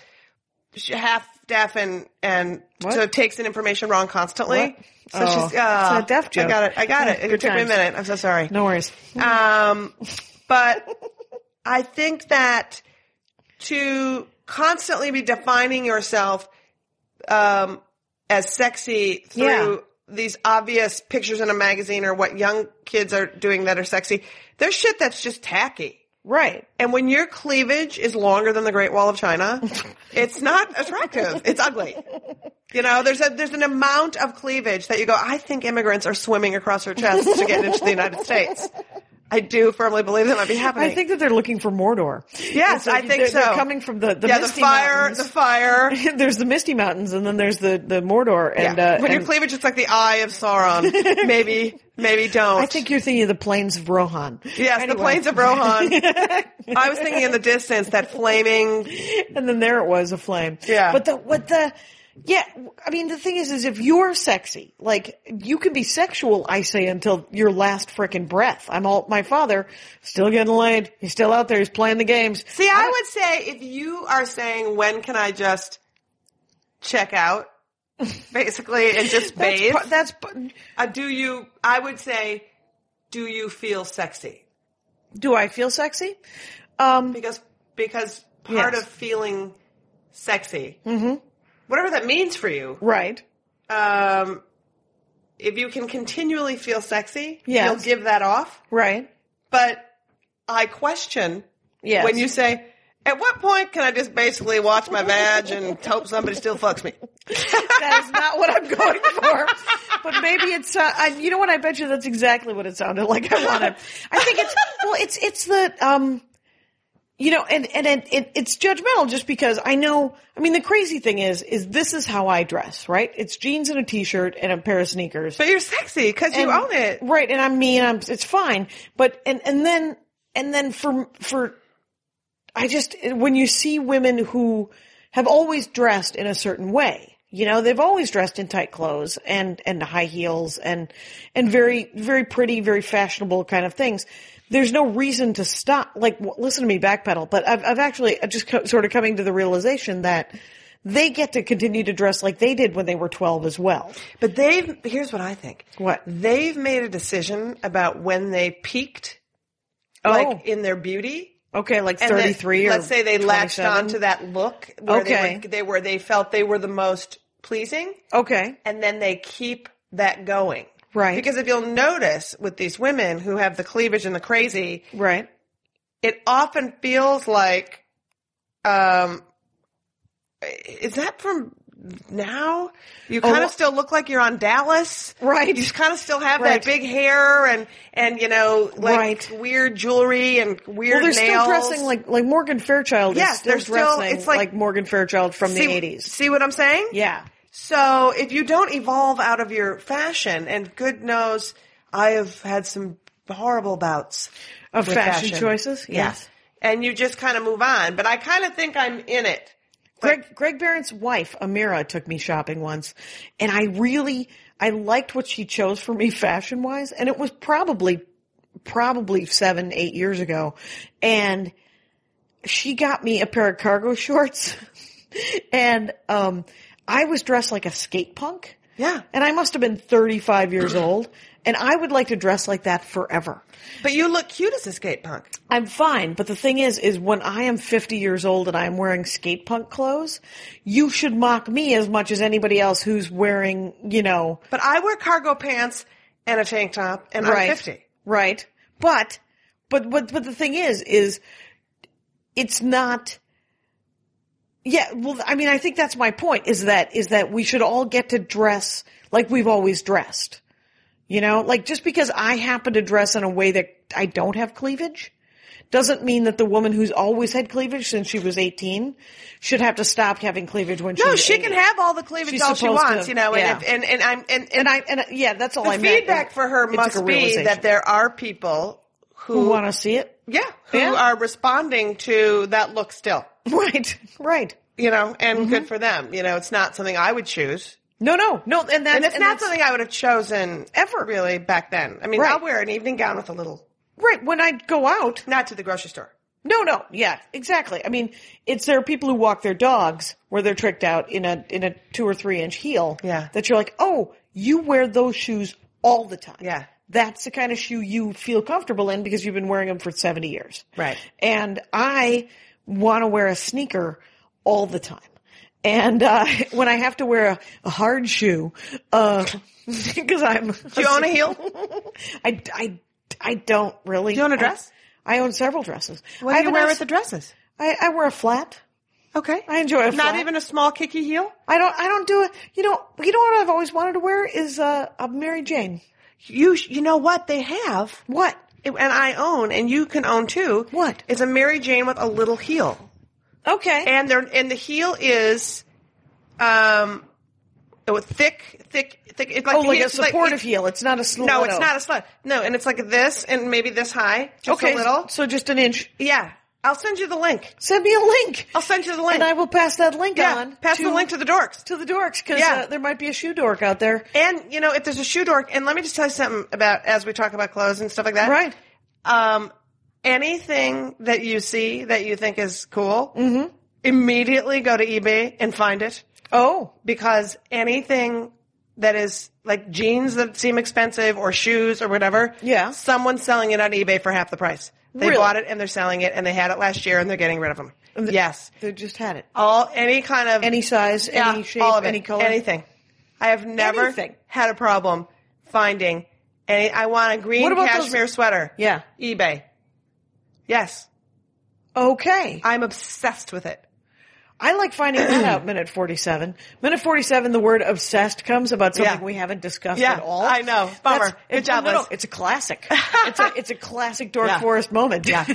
Speaker 2: she- half deaf and and
Speaker 1: What?
Speaker 2: so takes in information wrong constantly.
Speaker 1: What?
Speaker 2: So
Speaker 1: Oh,
Speaker 2: she's uh,
Speaker 1: it's a deaf joke.
Speaker 2: I got it. I got
Speaker 1: Yeah,
Speaker 2: it. It
Speaker 1: good
Speaker 2: took me a
Speaker 1: times.
Speaker 2: minute. I'm so sorry.
Speaker 1: no worries.
Speaker 2: Um, but I think that to constantly be defining yourself um, as sexy through
Speaker 1: Yeah.
Speaker 2: these obvious pictures in a magazine or what young kids are doing that are sexy, there's shit that's just tacky.
Speaker 1: Right.
Speaker 2: And when your cleavage is longer than the Great Wall of China, it's not attractive. It's ugly. You know, there's a there's an amount of cleavage that you go, I think immigrants are swimming across her chest to get into the United States. I do firmly believe that might be happening.
Speaker 1: I think that they're looking for Mordor.
Speaker 2: Yes,
Speaker 1: It's like
Speaker 2: I think
Speaker 1: they're,
Speaker 2: so.
Speaker 1: They're coming from the, the
Speaker 2: yeah, the
Speaker 1: Misty
Speaker 2: fire, the
Speaker 1: Mountains.
Speaker 2: fire.
Speaker 1: there's the Misty Mountains, and then there's the, the Mordor. And,
Speaker 2: yeah.
Speaker 1: uh,
Speaker 2: when your
Speaker 1: and
Speaker 2: cleavage, it's like the eye of Sauron. maybe, maybe don't.
Speaker 1: I think you're thinking of the Plains of Rohan.
Speaker 2: yes, the
Speaker 1: Anyway.
Speaker 2: plains of Rohan. I was thinking in the distance that flaming
Speaker 1: and then there it was a flame.
Speaker 2: Yeah.
Speaker 1: But the what the yeah, I mean the thing is is if you're sexy, like you can be sexual, I say, until your last frickin' breath. I'm all my father still getting laid. He's still out there, he's playing the games.
Speaker 2: See, I would say if you are saying when can I just check out, basically, and just
Speaker 1: that's
Speaker 2: bathe,
Speaker 1: par- that's par-
Speaker 2: uh, do you? I would say, do you feel sexy?
Speaker 1: do I feel sexy? Um
Speaker 2: Because because part
Speaker 1: Yes.
Speaker 2: of feeling sexy, mm-hmm. whatever that means for you,
Speaker 1: right.
Speaker 2: um, if you can continually feel sexy,
Speaker 1: Yes.
Speaker 2: you'll give that off.
Speaker 1: Right.
Speaker 2: But I question
Speaker 1: Yes.
Speaker 2: when you say. At what point can I just basically watch my badge and hope somebody still fucks me?
Speaker 1: that is not what I'm going for. But maybe it's uh, I, you know what I bet you that's exactly what it sounded like. I wanted. I think it's well, it's it's the um, you know, and and, and it, it's judgmental just because I know. I mean, the crazy thing is, is this is how I dress, right? It's jeans and a t-shirt and a pair of sneakers.
Speaker 2: But you're sexy because
Speaker 1: And-
Speaker 2: you own it.
Speaker 1: right? And I'm me, and I'm it's fine. But and and then and then for for I just when you see women who have always dressed in a certain way, you know, they've always dressed in tight clothes and and high heels and and very very pretty, very fashionable kind of things. There's no reason to stop. Like, w- listen to me backpedal, but I've I've actually I'm just co- sort of coming to the realization that they get to continue to dress like they did when they were 12 as well.
Speaker 2: But they've, here's what I think.
Speaker 1: What?
Speaker 2: They've made a decision about when they peaked,
Speaker 1: Oh.
Speaker 2: like in their beauty.
Speaker 1: Okay, like
Speaker 2: And that-
Speaker 1: 33 or
Speaker 2: Let's say they latched
Speaker 1: 27.
Speaker 2: on to that look where
Speaker 1: Okay.
Speaker 2: they, were, they were, they felt they were the most pleasing
Speaker 1: Okay.
Speaker 2: and then they keep that going.
Speaker 1: Right.
Speaker 2: Because if you'll notice with these women who have the cleavage and the crazy,
Speaker 1: Right.
Speaker 2: it often feels like, um, is that from now you kind
Speaker 1: well-
Speaker 2: of still look like you're on Dallas.
Speaker 1: Oh, Right.
Speaker 2: You kind of still have
Speaker 1: Right.
Speaker 2: that big hair and, and you know, like
Speaker 1: Right.
Speaker 2: weird jewelry and weird
Speaker 1: Well, they're
Speaker 2: nails.
Speaker 1: still dressing like like Morgan Fairchild.
Speaker 2: Yeah,
Speaker 1: is still
Speaker 2: they're still-
Speaker 1: dressing
Speaker 2: it's
Speaker 1: like,
Speaker 2: like-
Speaker 1: Morgan Fairchild from
Speaker 2: see,
Speaker 1: the eighties.
Speaker 2: See what I'm saying?
Speaker 1: Yeah,
Speaker 2: So if you don't evolve out of your fashion, and good knows, I have had some horrible bouts
Speaker 1: Of
Speaker 2: with
Speaker 1: fashion choices? Yes.
Speaker 2: Yeah. And you just kind of move on. But I kind of think I'm in it.
Speaker 1: Greg Greg Barron's wife Amira took me shopping once, and I really I liked what she chose for me fashion wise, and it was probably probably seven eight years ago, and she got me a pair of cargo shorts, and um, I was dressed like a skate punk.
Speaker 2: Yeah.
Speaker 1: and I must have been thirty five years old, and I would like to dress like that forever.
Speaker 2: But you look cute as a skate punk.
Speaker 1: I'm fine, but the thing is, is when I am 50 years old and I am wearing skate punk clothes, you should mock me as much as anybody else who's wearing, you know,
Speaker 2: But I wear cargo pants and a tank top, and
Speaker 1: right,
Speaker 2: I'm 50.
Speaker 1: right. But, but, but, but the thing is, is it's not. Yeah, well, I mean, I think that's my point. Is that is that we should all get to dress like we've always dressed. You know, like just because I happen to dress in a way that I don't have cleavage doesn't mean that the woman who's always had cleavage since she was 18 should have to stop having cleavage when she's
Speaker 2: No, she
Speaker 1: 80.
Speaker 2: can have all the cleavage
Speaker 1: She's
Speaker 2: all she
Speaker 1: supposed
Speaker 2: wants,
Speaker 1: to-
Speaker 2: you know,
Speaker 1: yeah.
Speaker 2: and, if, and, and I'm, and,
Speaker 1: And I and I- yeah, that's all
Speaker 2: the
Speaker 1: I meant.
Speaker 2: feedback for her
Speaker 1: It took a
Speaker 2: must be
Speaker 1: realization.
Speaker 2: that there are people
Speaker 1: who
Speaker 2: who,
Speaker 1: want to see it.
Speaker 2: yeah, who
Speaker 1: Yeah.
Speaker 2: are responding to that look still.
Speaker 1: Right. Right.
Speaker 2: you know, and good for them. You know, it's not something I would choose.
Speaker 1: No, no. No, and that's
Speaker 2: And it's not
Speaker 1: that's-
Speaker 2: something I would have chosen ever really back then. I mean,
Speaker 1: Right.
Speaker 2: I'll wear an evening gown with a little,
Speaker 1: right when I go out.
Speaker 2: not to the grocery store.
Speaker 1: No, no, yeah, exactly. I mean, it's there are people who walk their dogs where they're tricked out in a in a two or three inch heel.
Speaker 2: Yeah.
Speaker 1: that you're like, oh, you wear those shoes all the time.
Speaker 2: Yeah.
Speaker 1: that's the kind of shoe you feel comfortable in because you've been wearing them for seventy years.
Speaker 2: Right.
Speaker 1: And I want to wear a sneaker all the time. And uh, when I have to wear a, a hard shoe, because I'm
Speaker 2: Do you own a heel?
Speaker 1: I, I, I don't really.
Speaker 2: You own a dress?
Speaker 1: I, I own several dresses.
Speaker 2: What
Speaker 1: I
Speaker 2: do you
Speaker 1: have
Speaker 2: wear
Speaker 1: a
Speaker 2: with the dresses?
Speaker 1: I, I wear a flat.
Speaker 2: Okay.
Speaker 1: I enjoy a flat.
Speaker 2: Not even a small kicky heel?
Speaker 1: I don't. I don't do it. You know. You know what I've always wanted to wear is uh, a Mary Jane.
Speaker 2: You, sh- you know what they have?
Speaker 1: What?
Speaker 2: it- And I own, and you can own too.
Speaker 1: What?
Speaker 2: Is a Mary Jane with a little heel.
Speaker 1: Okay.
Speaker 2: and they're and the heel is um oh, thick thick thick it's like
Speaker 1: oh,
Speaker 2: the
Speaker 1: like a
Speaker 2: heel's
Speaker 1: supportive
Speaker 2: it's-
Speaker 1: heel. It's not a stiletto.
Speaker 2: no it's not a slut no and it's like this and maybe this high just
Speaker 1: okay.
Speaker 2: a little
Speaker 1: So just an inch.
Speaker 2: yeah i'll send you the link
Speaker 1: Send me a link.
Speaker 2: i'll send you the link
Speaker 1: and I will pass that link
Speaker 2: yeah
Speaker 1: on.
Speaker 2: pass the link to the dorks
Speaker 1: to the dorks because
Speaker 2: Yeah.
Speaker 1: uh, there might be a shoe dork out there.
Speaker 2: and you know if there's a shoe dork and let me just tell you something about as we talk about clothes and stuff like that
Speaker 1: Right.
Speaker 2: um anything that you see that you think is cool
Speaker 1: Mm-hmm.
Speaker 2: immediately go to ebay and find it
Speaker 1: Oh.
Speaker 2: because anything that is like jeans that seem expensive or shoes or whatever,
Speaker 1: Yeah.
Speaker 2: someone's selling it on eBay for half the price. They
Speaker 1: Really?
Speaker 2: bought it and they're selling it and they had it last year and they're getting rid of them. yes.
Speaker 1: They just had it.
Speaker 2: All any kind of
Speaker 1: Any size,
Speaker 2: yeah,
Speaker 1: any shape,
Speaker 2: all of it,
Speaker 1: any color.
Speaker 2: anything. I have never
Speaker 1: Anything.
Speaker 2: had a problem finding any I want a green
Speaker 1: What about those-
Speaker 2: cashmere sweater.
Speaker 1: Yeah.
Speaker 2: eBay. Yes.
Speaker 1: Okay.
Speaker 2: I'm obsessed with it.
Speaker 1: I like finding that out minute 47. Minute 47, the word obsessed comes about something
Speaker 2: Yeah.
Speaker 1: we haven't discussed
Speaker 2: Yeah,
Speaker 1: at all.
Speaker 2: I know. Bummer.
Speaker 1: That's-
Speaker 2: Good
Speaker 1: it's,
Speaker 2: job,
Speaker 1: no, no,
Speaker 2: Liz.
Speaker 1: it's a classic. it's, a, it's a classic Dork
Speaker 2: Yeah.
Speaker 1: Forest moment.
Speaker 2: Yeah.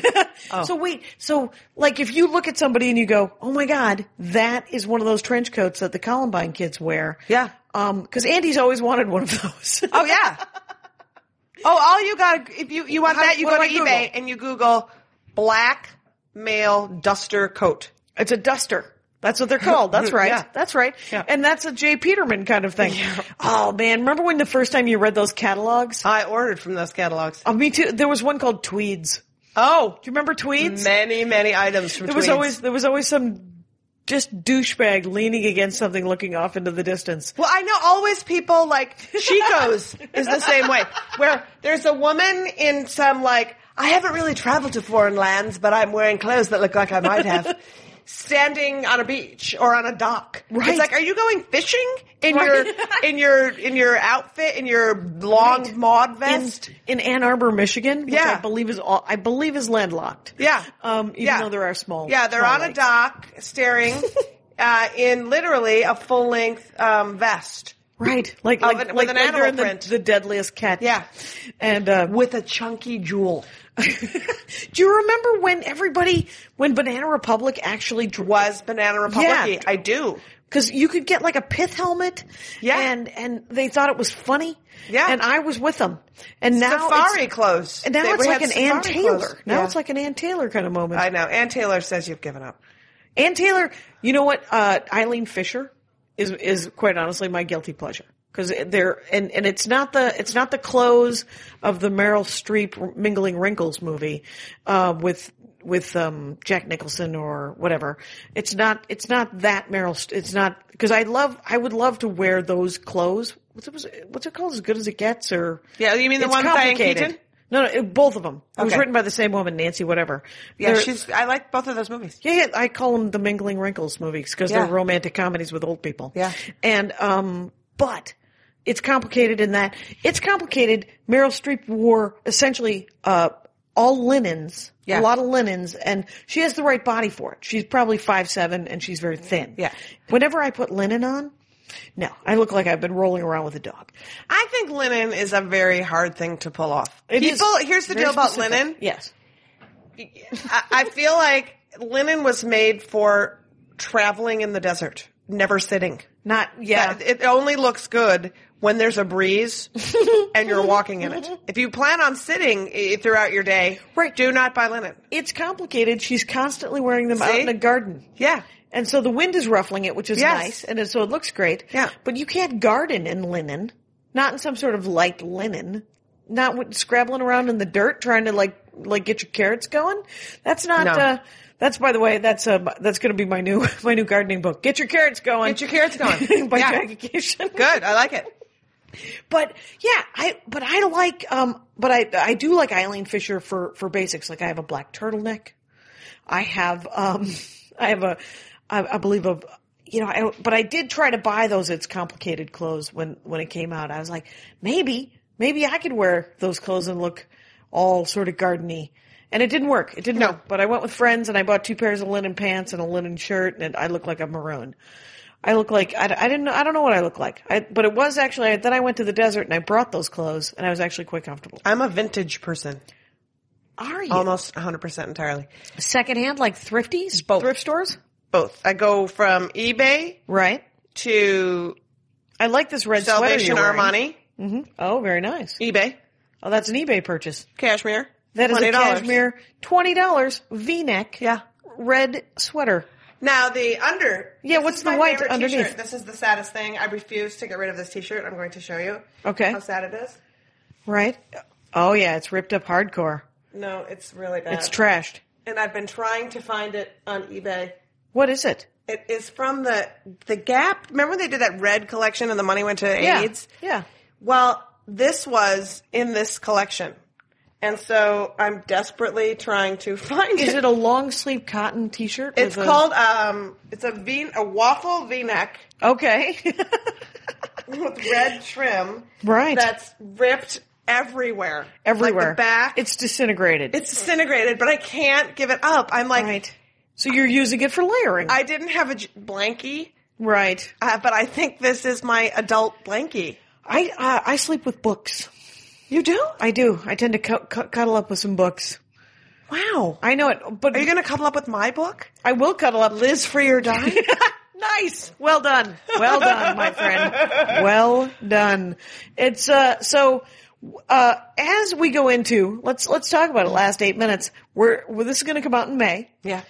Speaker 1: So wait, so like if you look at somebody and you go, oh my God, that is one of those trench coats that the Columbine kids wear.
Speaker 2: Yeah.
Speaker 1: Um, cause Andy's always wanted one of those.
Speaker 2: Oh yeah. oh, all you got to if you you want
Speaker 1: How-
Speaker 2: that you
Speaker 1: what
Speaker 2: go to
Speaker 1: do I
Speaker 2: eBay
Speaker 1: Google?
Speaker 2: and you Google black male duster coat.
Speaker 1: It's a duster. That's what they're called. That's right.
Speaker 2: Yeah.
Speaker 1: That's right.
Speaker 2: Yeah.
Speaker 1: And that's a Jay Peterman kind of thing. Oh man, remember when the first time you read those catalogs?
Speaker 2: I ordered from those catalogs.
Speaker 1: Oh, me too. There was one called Tweeds.
Speaker 2: Oh,
Speaker 1: Do you remember Tweeds?
Speaker 2: many many items from.
Speaker 1: there was
Speaker 2: Tweeds.
Speaker 1: always there was always some just douchebag leaning against something, looking off into the distance.
Speaker 2: Well, I know always people like Chico's is the same way, where there's a woman in some like, I haven't really traveled to foreign lands, but I'm wearing clothes that look like I might have, standing on a beach or on a dock.
Speaker 1: Right.
Speaker 2: It's like, are you going fishing in
Speaker 1: Right.
Speaker 2: your, in your, in your outfit, in your long
Speaker 1: Right.
Speaker 2: maud
Speaker 1: In,
Speaker 2: vest?
Speaker 1: in Ann Arbor, Michigan, which
Speaker 2: Yeah.
Speaker 1: I believe is all, I believe is landlocked.
Speaker 2: yeah.
Speaker 1: Um, even
Speaker 2: Yeah.
Speaker 1: though there are small.
Speaker 2: Yeah, they're
Speaker 1: small
Speaker 2: on a
Speaker 1: lakes.
Speaker 2: dock staring uh, in literally a full length um, vest
Speaker 1: Right, like
Speaker 2: Of
Speaker 1: like,
Speaker 2: an- Oh, with
Speaker 1: like
Speaker 2: an
Speaker 1: like
Speaker 2: animal
Speaker 1: they're in
Speaker 2: print.
Speaker 1: the, the deadliest cat.
Speaker 2: Yeah.
Speaker 1: and uh,
Speaker 2: with a chunky jewel.
Speaker 1: do you remember when everybody when Banana Republic actually dr-
Speaker 2: Was Banana Republic?
Speaker 1: Yeah.
Speaker 2: I do.
Speaker 1: Because you could get like a pith helmet.
Speaker 2: Yeah.
Speaker 1: And, and they thought it was funny.
Speaker 2: Yeah.
Speaker 1: And I was with them. And now
Speaker 2: safari
Speaker 1: it's,
Speaker 2: clothes.
Speaker 1: and now
Speaker 2: They-
Speaker 1: it's
Speaker 2: we
Speaker 1: like
Speaker 2: had
Speaker 1: an Ann
Speaker 2: safari
Speaker 1: Taylor.
Speaker 2: clothes.
Speaker 1: Now
Speaker 2: Yeah.
Speaker 1: it's like an Ann Taylor kind of moment.
Speaker 2: I know. Ann Taylor says you've given up.
Speaker 1: Ann Taylor, you know what? Uh, Eileen Fisher is, is quite honestly my guilty pleasure. Cause they're, and, and it's not the, it's not the close of the Meryl Streep Mingling Wrinkles movie, uh, with, with, um, Jack Nicholson or whatever. It's not, it's not that Meryl, St- it's not, cause I love, I would love to wear those clothes. What's it, was it- what's it called? As good as it gets or?
Speaker 2: Yeah, you mean the
Speaker 1: It's
Speaker 2: one with Diane
Speaker 1: complicated.
Speaker 2: Keaton?
Speaker 1: No, no, it- both of them. It was
Speaker 2: Okay.
Speaker 1: written by the same woman, Nancy, whatever.
Speaker 2: Yeah,
Speaker 1: They're-
Speaker 2: she's. I like both of those movies.
Speaker 1: yeah, yeah, I call them the mingling wrinkles movies because
Speaker 2: Yeah.
Speaker 1: they're romantic comedies with old people.
Speaker 2: Yeah.
Speaker 1: and um, but it's complicated in that it's complicated. Meryl Streep wore essentially uh all linens, a
Speaker 2: Yeah.
Speaker 1: lot of linens, and she has the right body for it. She's probably five seven and she's very thin.
Speaker 2: Yeah.
Speaker 1: Whenever I put linen on, no, I look like I've been rolling around with a dog.
Speaker 2: I think linen is a very hard thing to pull off.
Speaker 1: It is
Speaker 2: People, here's the
Speaker 1: very
Speaker 2: deal about
Speaker 1: specific.
Speaker 2: linen.
Speaker 1: Yes.
Speaker 2: I, I feel like linen was made for traveling in the desert, never sitting.
Speaker 1: Not yeah.
Speaker 2: That- It only looks good when there's a breeze and you're walking in it. If you plan on sitting i- throughout your day,
Speaker 1: Right.
Speaker 2: do not buy linen.
Speaker 1: it's complicated. She's constantly wearing them out
Speaker 2: See?
Speaker 1: in a garden.
Speaker 2: Yeah.
Speaker 1: And so the wind is ruffling it, which is
Speaker 2: Yes.
Speaker 1: nice, and so it looks great.
Speaker 2: Yeah.
Speaker 1: But you can't garden in linen, not in some sort of light linen, not with, scrabbling around in the dirt trying to like like get your carrots going. That's not.
Speaker 2: No.
Speaker 1: Uh, that's by the way. That's uh, that's going to be my new my new gardening book. Get your carrots going.
Speaker 2: Get your carrots going.
Speaker 1: by
Speaker 2: Yeah.
Speaker 1: Jackie Cation.
Speaker 2: Good. I like it.
Speaker 1: But yeah, I but I like um but I I do like Eileen Fisher for for basics. Like I have a black turtleneck. I have um I have a I, I believe a you know I, but I did try to buy those it's complicated clothes when when it came out. I was like maybe maybe I could wear those clothes and look all sort of gardeny. And it didn't work. It didn't
Speaker 2: No.
Speaker 1: work. But I went with friends and I bought two pairs of linen pants and a linen shirt and I look like a maroon. I look like I, I didn't know I don't know what I look like. I, but it was actually then I went to the desert and I brought those clothes and I was actually quite comfortable.
Speaker 2: I'm a vintage person,
Speaker 1: Are you
Speaker 2: almost 100% entirely.
Speaker 1: secondhand like thrifties, thrift stores,
Speaker 2: Both. I go from eBay
Speaker 1: right?
Speaker 2: to
Speaker 1: I like this red
Speaker 2: Salvation
Speaker 1: sweater. you're wearing.
Speaker 2: Armani,
Speaker 1: Oh, very nice.
Speaker 2: eBay,
Speaker 1: Oh, that's an eBay purchase.
Speaker 2: cashmere.
Speaker 1: That is a
Speaker 2: $20.
Speaker 1: cashmere twenty dollars V neck.
Speaker 2: Yeah.
Speaker 1: Red sweater.
Speaker 2: Now the under.
Speaker 1: Yeah,
Speaker 2: this
Speaker 1: what's
Speaker 2: is
Speaker 1: the
Speaker 2: my
Speaker 1: white
Speaker 2: favorite
Speaker 1: underneath?
Speaker 2: T-shirt. This is the saddest thing. I refuse to get rid of this T-shirt. I'm going to show you.
Speaker 1: Okay.
Speaker 2: How sad it is.
Speaker 1: Right? Oh yeah, it's ripped up hardcore.
Speaker 2: No, it's really bad.
Speaker 1: It's trashed.
Speaker 2: and I've been trying to find it on eBay.
Speaker 1: What is it?
Speaker 2: It is from the the Gap. Remember when they did that red collection and the money went to AIDS?
Speaker 1: Yeah.
Speaker 2: Well, this was in this collection, and so I'm desperately trying to find
Speaker 1: Is it a long sleeve cotton t shirt?
Speaker 2: It's called um. It's a V a waffle V neck
Speaker 1: Okay.
Speaker 2: with red trim.
Speaker 1: Right.
Speaker 2: That's ripped everywhere.
Speaker 1: Everywhere.
Speaker 2: Like the back.
Speaker 1: It's disintegrated.
Speaker 2: it's disintegrated, but I can't give it up. I'm like,
Speaker 1: right. So you're using it for layering.
Speaker 2: I didn't have a j- blankie,
Speaker 1: right.
Speaker 2: uh, but I think this is my adult blankie.
Speaker 1: I uh, I sleep with books.
Speaker 2: You do?
Speaker 1: I do. I tend to cu- cu- cuddle up with some books.
Speaker 2: Wow.
Speaker 1: I know it, but
Speaker 2: Are you going to cuddle up with my book?
Speaker 1: I will cuddle up.
Speaker 2: Liz for your die?
Speaker 1: nice. Well done. Well done, my friend. Well done. It's uh so uh as we go into let's let's talk about it last 8 minutes. We're well, this is going to come out in May.
Speaker 2: yeah.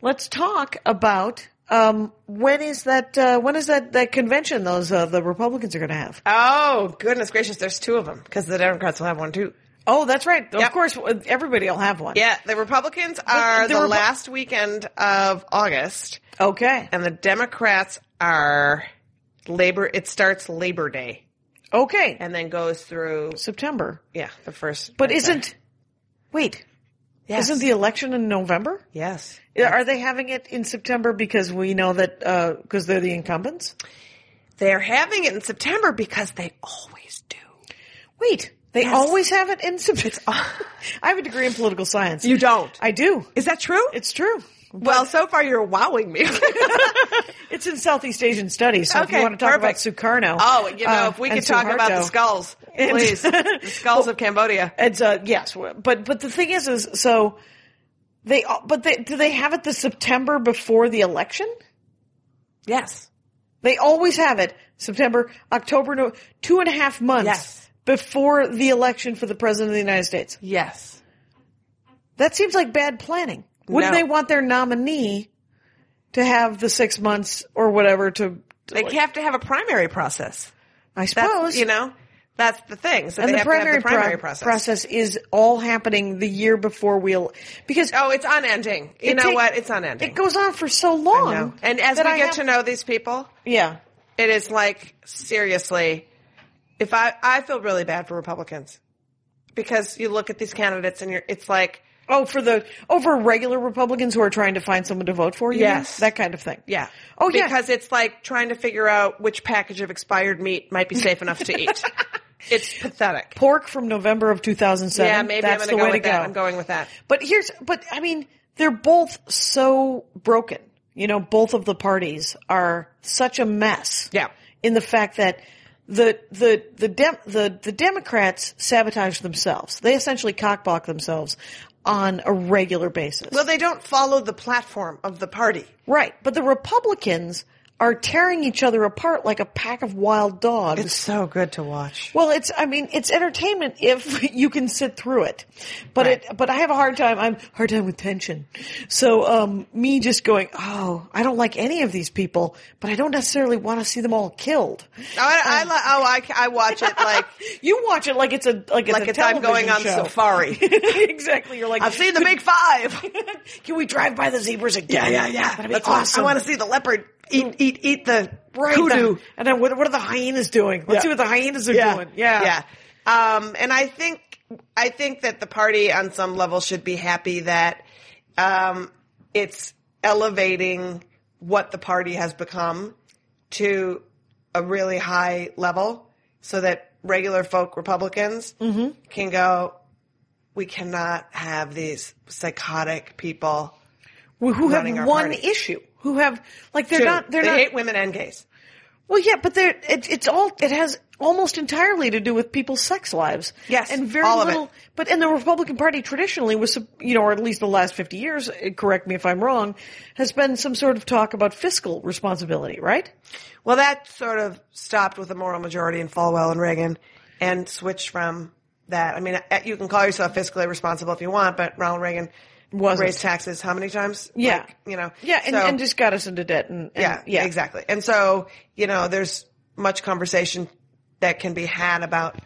Speaker 1: Let's talk about um when is that uh when is that that convention those uh, the Republicans are going to have?
Speaker 2: Oh, goodness gracious. There's two of them because the Democrats will have one too.
Speaker 1: Oh, that's right.
Speaker 2: Yep.
Speaker 1: Of course everybody'll have one.
Speaker 2: Yeah. The Republicans are
Speaker 1: the
Speaker 2: the
Speaker 1: Repu-
Speaker 2: last weekend of August.
Speaker 1: Okay.
Speaker 2: and the Democrats are labor. It starts Labor Day
Speaker 1: Okay.
Speaker 2: and then goes through
Speaker 1: September.
Speaker 2: yeah the first.
Speaker 1: But isn't wait,
Speaker 2: yes.
Speaker 1: isn't the election in November?
Speaker 2: yes?
Speaker 1: Are they having it in September because we know that because they're the incumbents?
Speaker 2: They're having it in September because they always do.
Speaker 1: Wait, they
Speaker 2: Yes.
Speaker 1: always have it in September. I have a degree in political science.
Speaker 2: You don't.
Speaker 1: I do.
Speaker 2: Is that true?
Speaker 1: It's true.
Speaker 2: Well, so far you're wowing me.
Speaker 1: It's in Southeast Asian studies, so if you
Speaker 2: Okay,
Speaker 1: want to talk
Speaker 2: perfect.
Speaker 1: about Sukarno.
Speaker 2: oh, you know,
Speaker 1: uh,
Speaker 2: if we
Speaker 1: and
Speaker 2: could talk about the
Speaker 1: Suharto.
Speaker 2: skulls,
Speaker 1: And- Oh.
Speaker 2: please. the skulls of Cambodia.
Speaker 1: It's uh yes, but but the thing is, is so they uh, but they do they have it the September before the election?
Speaker 2: Yes.
Speaker 1: They always have it September, October, no, two and a half months
Speaker 2: Yes.
Speaker 1: before the election for the president of the United States.
Speaker 2: Yes.
Speaker 1: That seems like bad planning. Wouldn't
Speaker 2: No.
Speaker 1: they want their nominee to have the six months or whatever to? to
Speaker 2: They
Speaker 1: like-
Speaker 2: have to have a primary process.
Speaker 1: I
Speaker 2: That's,
Speaker 1: suppose
Speaker 2: you know, that's the thing. So
Speaker 1: And
Speaker 2: they
Speaker 1: the
Speaker 2: have to
Speaker 1: primary,
Speaker 2: have the primary
Speaker 1: pro-
Speaker 2: process.
Speaker 1: process is all happening the year before we'll because
Speaker 2: Oh, it's unending. You
Speaker 1: It
Speaker 2: know
Speaker 1: take-
Speaker 2: what? It's unending.
Speaker 1: It goes on for so long.
Speaker 2: No. And as we
Speaker 1: that
Speaker 2: get
Speaker 1: I have-
Speaker 2: to know these people,
Speaker 1: yeah,
Speaker 2: it is like seriously, if I I feel really bad for Republicans because you look at these candidates and you're it's like
Speaker 1: oh, for the over regular Republicans who are trying to find someone to vote for, you mean?
Speaker 2: Yes.
Speaker 1: that kind of thing.
Speaker 2: yeah
Speaker 1: Oh, yeah.
Speaker 2: because it's like trying to figure out which package of expired meat might be safe enough to eat. it's pathetic.
Speaker 1: pork from November of 2007.
Speaker 2: yeah, maybe
Speaker 1: that's the
Speaker 2: I'm going to go
Speaker 1: way
Speaker 2: with
Speaker 1: to
Speaker 2: that.
Speaker 1: go.
Speaker 2: I'm going with that.
Speaker 1: But here's, but I mean, they're both so broken. You know, both of the parties are such a mess.
Speaker 2: Yeah.
Speaker 1: In the fact that the the the dem the the Democrats sabotage themselves. They essentially cockblock themselves on a regular basis.
Speaker 2: Well, they don't follow the platform of the party.
Speaker 1: Right. But the Republicans are tearing each other apart like a pack of wild dogs.
Speaker 2: so good to watch.
Speaker 1: well, it's, I mean, it's entertainment if you can sit through it. But
Speaker 2: Right.
Speaker 1: it, but I have a hard time, I'm hard time with tension. So, um, me just going, oh, I don't like any of these people, but I don't necessarily want to see them all killed.
Speaker 2: Oh, I, I, li- oh, I, ca- I watch it like
Speaker 1: You watch it like it's a, like it's
Speaker 2: like
Speaker 1: a
Speaker 2: it's I'm going
Speaker 1: television
Speaker 2: on
Speaker 1: show.
Speaker 2: safari.
Speaker 1: exactly. You're like,
Speaker 2: I've seen the big five.
Speaker 1: can we drive by the zebras again? That'd be
Speaker 2: That's
Speaker 1: awesome.
Speaker 2: awesome. I want to see the leopard eat eat eat the
Speaker 1: Right.
Speaker 2: kudu.
Speaker 1: the- and then what, what are the hyenas doing? Let's
Speaker 2: Yeah.
Speaker 1: see what the hyenas are doing. Yeah.
Speaker 2: yeah. Um, and I think I think that the party on some level should be happy that um, it's elevating what the party has become to a really high level, so that regular folk Republicans
Speaker 1: Mm-hmm.
Speaker 2: can go. We cannot have these psychotic people.
Speaker 1: Who who have
Speaker 2: Running our
Speaker 1: one
Speaker 2: party.
Speaker 1: issue. Who have, like, they're
Speaker 2: too.
Speaker 1: not, they're
Speaker 2: they
Speaker 1: not,
Speaker 2: hate women and gays.
Speaker 1: well, yeah, but they're, it, it's all, it has almost entirely to do with people's sex lives.
Speaker 2: Yes,
Speaker 1: And very
Speaker 2: all of it.
Speaker 1: little, but, and the Republican Party traditionally was, you know, or at least the last 50 years, eh, correct me if I'm wrong, has been some sort of talk about fiscal responsibility, right?
Speaker 2: Well, that sort of stopped with the moral majority in Falwell and Reagan and switched from that. I mean, uh, you can call yourself fiscally responsible if you want, but Ronald Reagan
Speaker 1: Wasn't.
Speaker 2: raised taxes how many times?
Speaker 1: Yeah.
Speaker 2: Like, you know.
Speaker 1: Yeah, and,
Speaker 2: so-
Speaker 1: and just got us into debt and, and
Speaker 2: yeah, yeah, exactly. And so, you know, there's much conversation that can be had about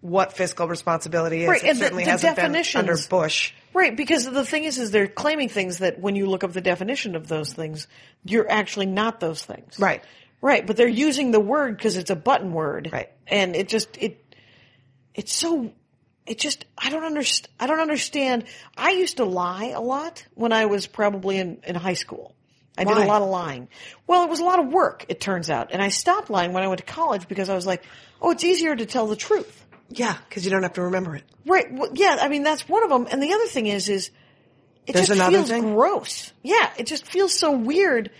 Speaker 2: what fiscal responsibility is.
Speaker 1: Right,
Speaker 2: it
Speaker 1: and the-
Speaker 2: certainly
Speaker 1: the
Speaker 2: hasn't been under
Speaker 1: definitions-
Speaker 2: Bush.
Speaker 1: Right, because the thing is, is they're claiming things that when you look up the definition of those things, you're actually not those things.
Speaker 2: Right.
Speaker 1: Right, but they're using the word because it's a button word.
Speaker 2: Right.
Speaker 1: And it just, it, it's so, it just, I don't understand, I don't understand. I used to lie a lot when I was probably in, in high school. I did
Speaker 2: Why?
Speaker 1: a lot of lying. Well, it was a lot of work, it turns out. And I stopped lying when I went to college because I was like, oh, it's easier to tell the truth.
Speaker 2: Yeah, because you don't have to remember it.
Speaker 1: Right. Well, yeah. I mean, that's one of them. And the other thing is, is it
Speaker 2: There's
Speaker 1: just
Speaker 2: another
Speaker 1: feels
Speaker 2: thing?
Speaker 1: gross. Yeah. It just feels so weird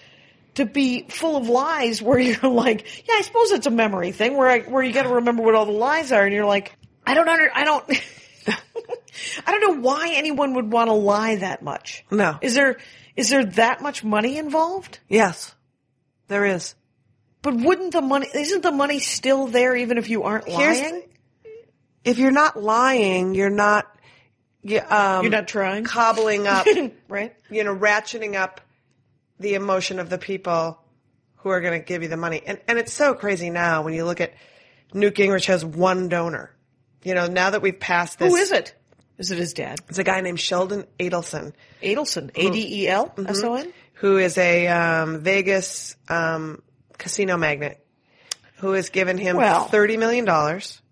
Speaker 1: to be full of lies where you're like, yeah, I suppose it's a memory thing where I, where you got to remember what all the lies are. And you're like, I don't under, I don't, I don't know why anyone would want to lie that much.
Speaker 2: No.
Speaker 1: Is there, is there that much money involved?
Speaker 2: Yes, there is.
Speaker 1: But wouldn't the money, isn't the money still there even if you aren't
Speaker 2: Here's-
Speaker 1: lying?
Speaker 2: If you're not lying, you're not. you- Um,
Speaker 1: You're not trying.
Speaker 2: cobbling up,
Speaker 1: Right.
Speaker 2: you know, ratcheting up the emotion of the people who are going to give you the money. And and it's so crazy now when you look at Newt Gingrich has one donor. You know, now that we've passed this,
Speaker 1: Who is it? Is it his dad?
Speaker 2: It's a guy named Sheldon Adelson,
Speaker 1: Adelson, A D E L S O N.
Speaker 2: who is a um, Vegas um, casino magnate, who has given him
Speaker 1: Well.
Speaker 2: thirty million dollars,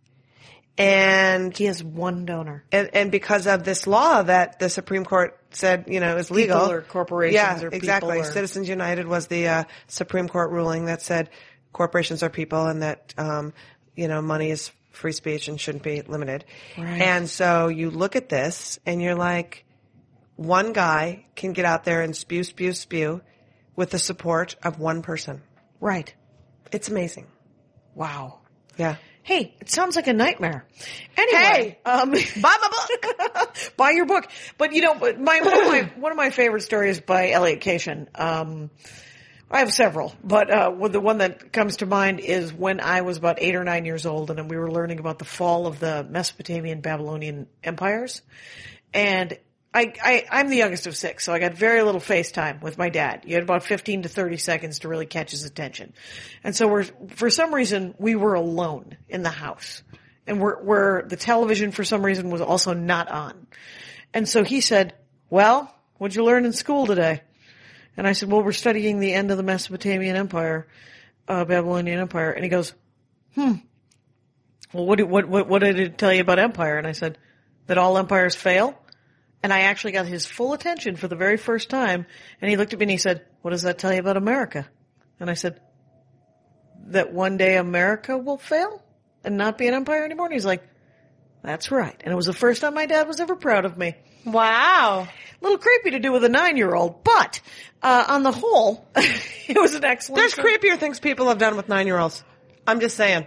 Speaker 2: and
Speaker 1: He has one donor.
Speaker 2: and, and because of this law that the Supreme Court said, you know, is legal.
Speaker 1: People or corporations
Speaker 2: yeah,
Speaker 1: or people
Speaker 2: exactly.
Speaker 1: or-
Speaker 2: Citizens United was the uh, Supreme Court ruling that said corporations are people and that, um, you know, money is free speech and shouldn't be limited.
Speaker 1: Right.
Speaker 2: And so you look at this and you're like, one guy can get out there and spew, spew, spew with the support of one person.
Speaker 1: Right.
Speaker 2: It's amazing.
Speaker 1: Wow.
Speaker 2: Yeah.
Speaker 1: Hey, it sounds like a nightmare. Anyway,
Speaker 2: Hey!
Speaker 1: um,
Speaker 2: Buy my book.
Speaker 1: buy your book. But you know, but my one of my one of my favorite stories by Elliot Cation. Um, I have several, but uh, well, the one that comes to mind is when I was about eight or nine years old, and then we were learning about the fall of the Mesopotamian Babylonian empires, and. I, I, I'm the youngest of six, so I got very little face time with my dad. You had about 15 to 30 seconds to really catch his attention. And so we're, for some reason, we were alone in the house and where, where the television for some reason was also not on. And so he said, well, what'd you learn in school today? And I said, well, we're studying the end of the Mesopotamian Empire, uh, Babylonian Empire. And he goes, hmm, well, what, did- what, what, what did it tell you about empire? And I said, that all empires fail. And I actually got his full attention for the very first time. And he looked at me and he said, what does that tell you about America? And I said, that one day America will fail and not be an empire anymore. And he's like, that's right. And it was the first time my dad was ever proud of me.
Speaker 3: Wow.
Speaker 1: A little creepy to do with a nine year old, but, uh, on the whole, it was an excellent.
Speaker 2: There's
Speaker 1: story.
Speaker 2: creepier things people have done with nine year olds. I'm just saying.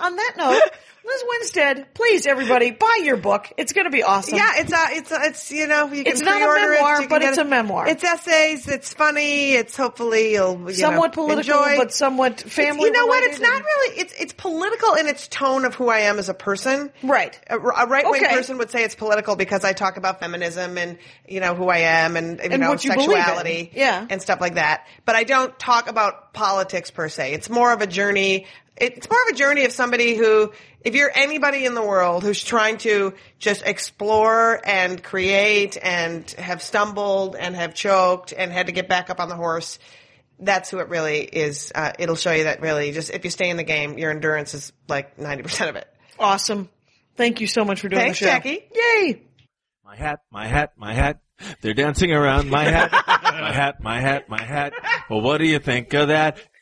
Speaker 1: On that note, Liz Winstead, please everybody buy your book. It's going to be awesome.
Speaker 2: Yeah, it's a, it's a, it's you know you can
Speaker 1: It's not a
Speaker 2: pre-order
Speaker 1: memoir,
Speaker 2: it, you can
Speaker 1: but
Speaker 2: get
Speaker 1: it's
Speaker 2: it.
Speaker 1: a memoir.
Speaker 2: It's essays. It's funny. It's hopefully you'll you
Speaker 1: somewhat
Speaker 2: know,
Speaker 1: political,
Speaker 2: enjoy.
Speaker 1: but somewhat
Speaker 2: It's-
Speaker 1: family.
Speaker 2: you know what?
Speaker 1: related
Speaker 2: It's not
Speaker 1: and-
Speaker 2: really. It's it's political in its tone of who I am as a person.
Speaker 1: Right.
Speaker 2: A, right wing
Speaker 1: Okay.
Speaker 2: person would say it's political because I talk about feminism and you know who I am and you
Speaker 1: And
Speaker 2: know
Speaker 1: what you believe in.
Speaker 2: sexuality,
Speaker 1: Yeah.
Speaker 2: and stuff like that. But I don't talk about politics per se. It's more of a journey. It's more of a journey of somebody who, if you're anybody in the world who's trying to just explore and create and have stumbled and have choked and had to get back up on the horse, that's who it really is. Uh, it'll show you that really just if you stay in the game, your endurance is like 90% of it.
Speaker 1: awesome. Thank you so much for doing
Speaker 2: Thanks,
Speaker 1: the show.
Speaker 2: Jackie.
Speaker 1: Yay.
Speaker 4: My hat, my hat, my hat. They're dancing around my hat, my hat, my hat, my hat. Well, what do you think of that?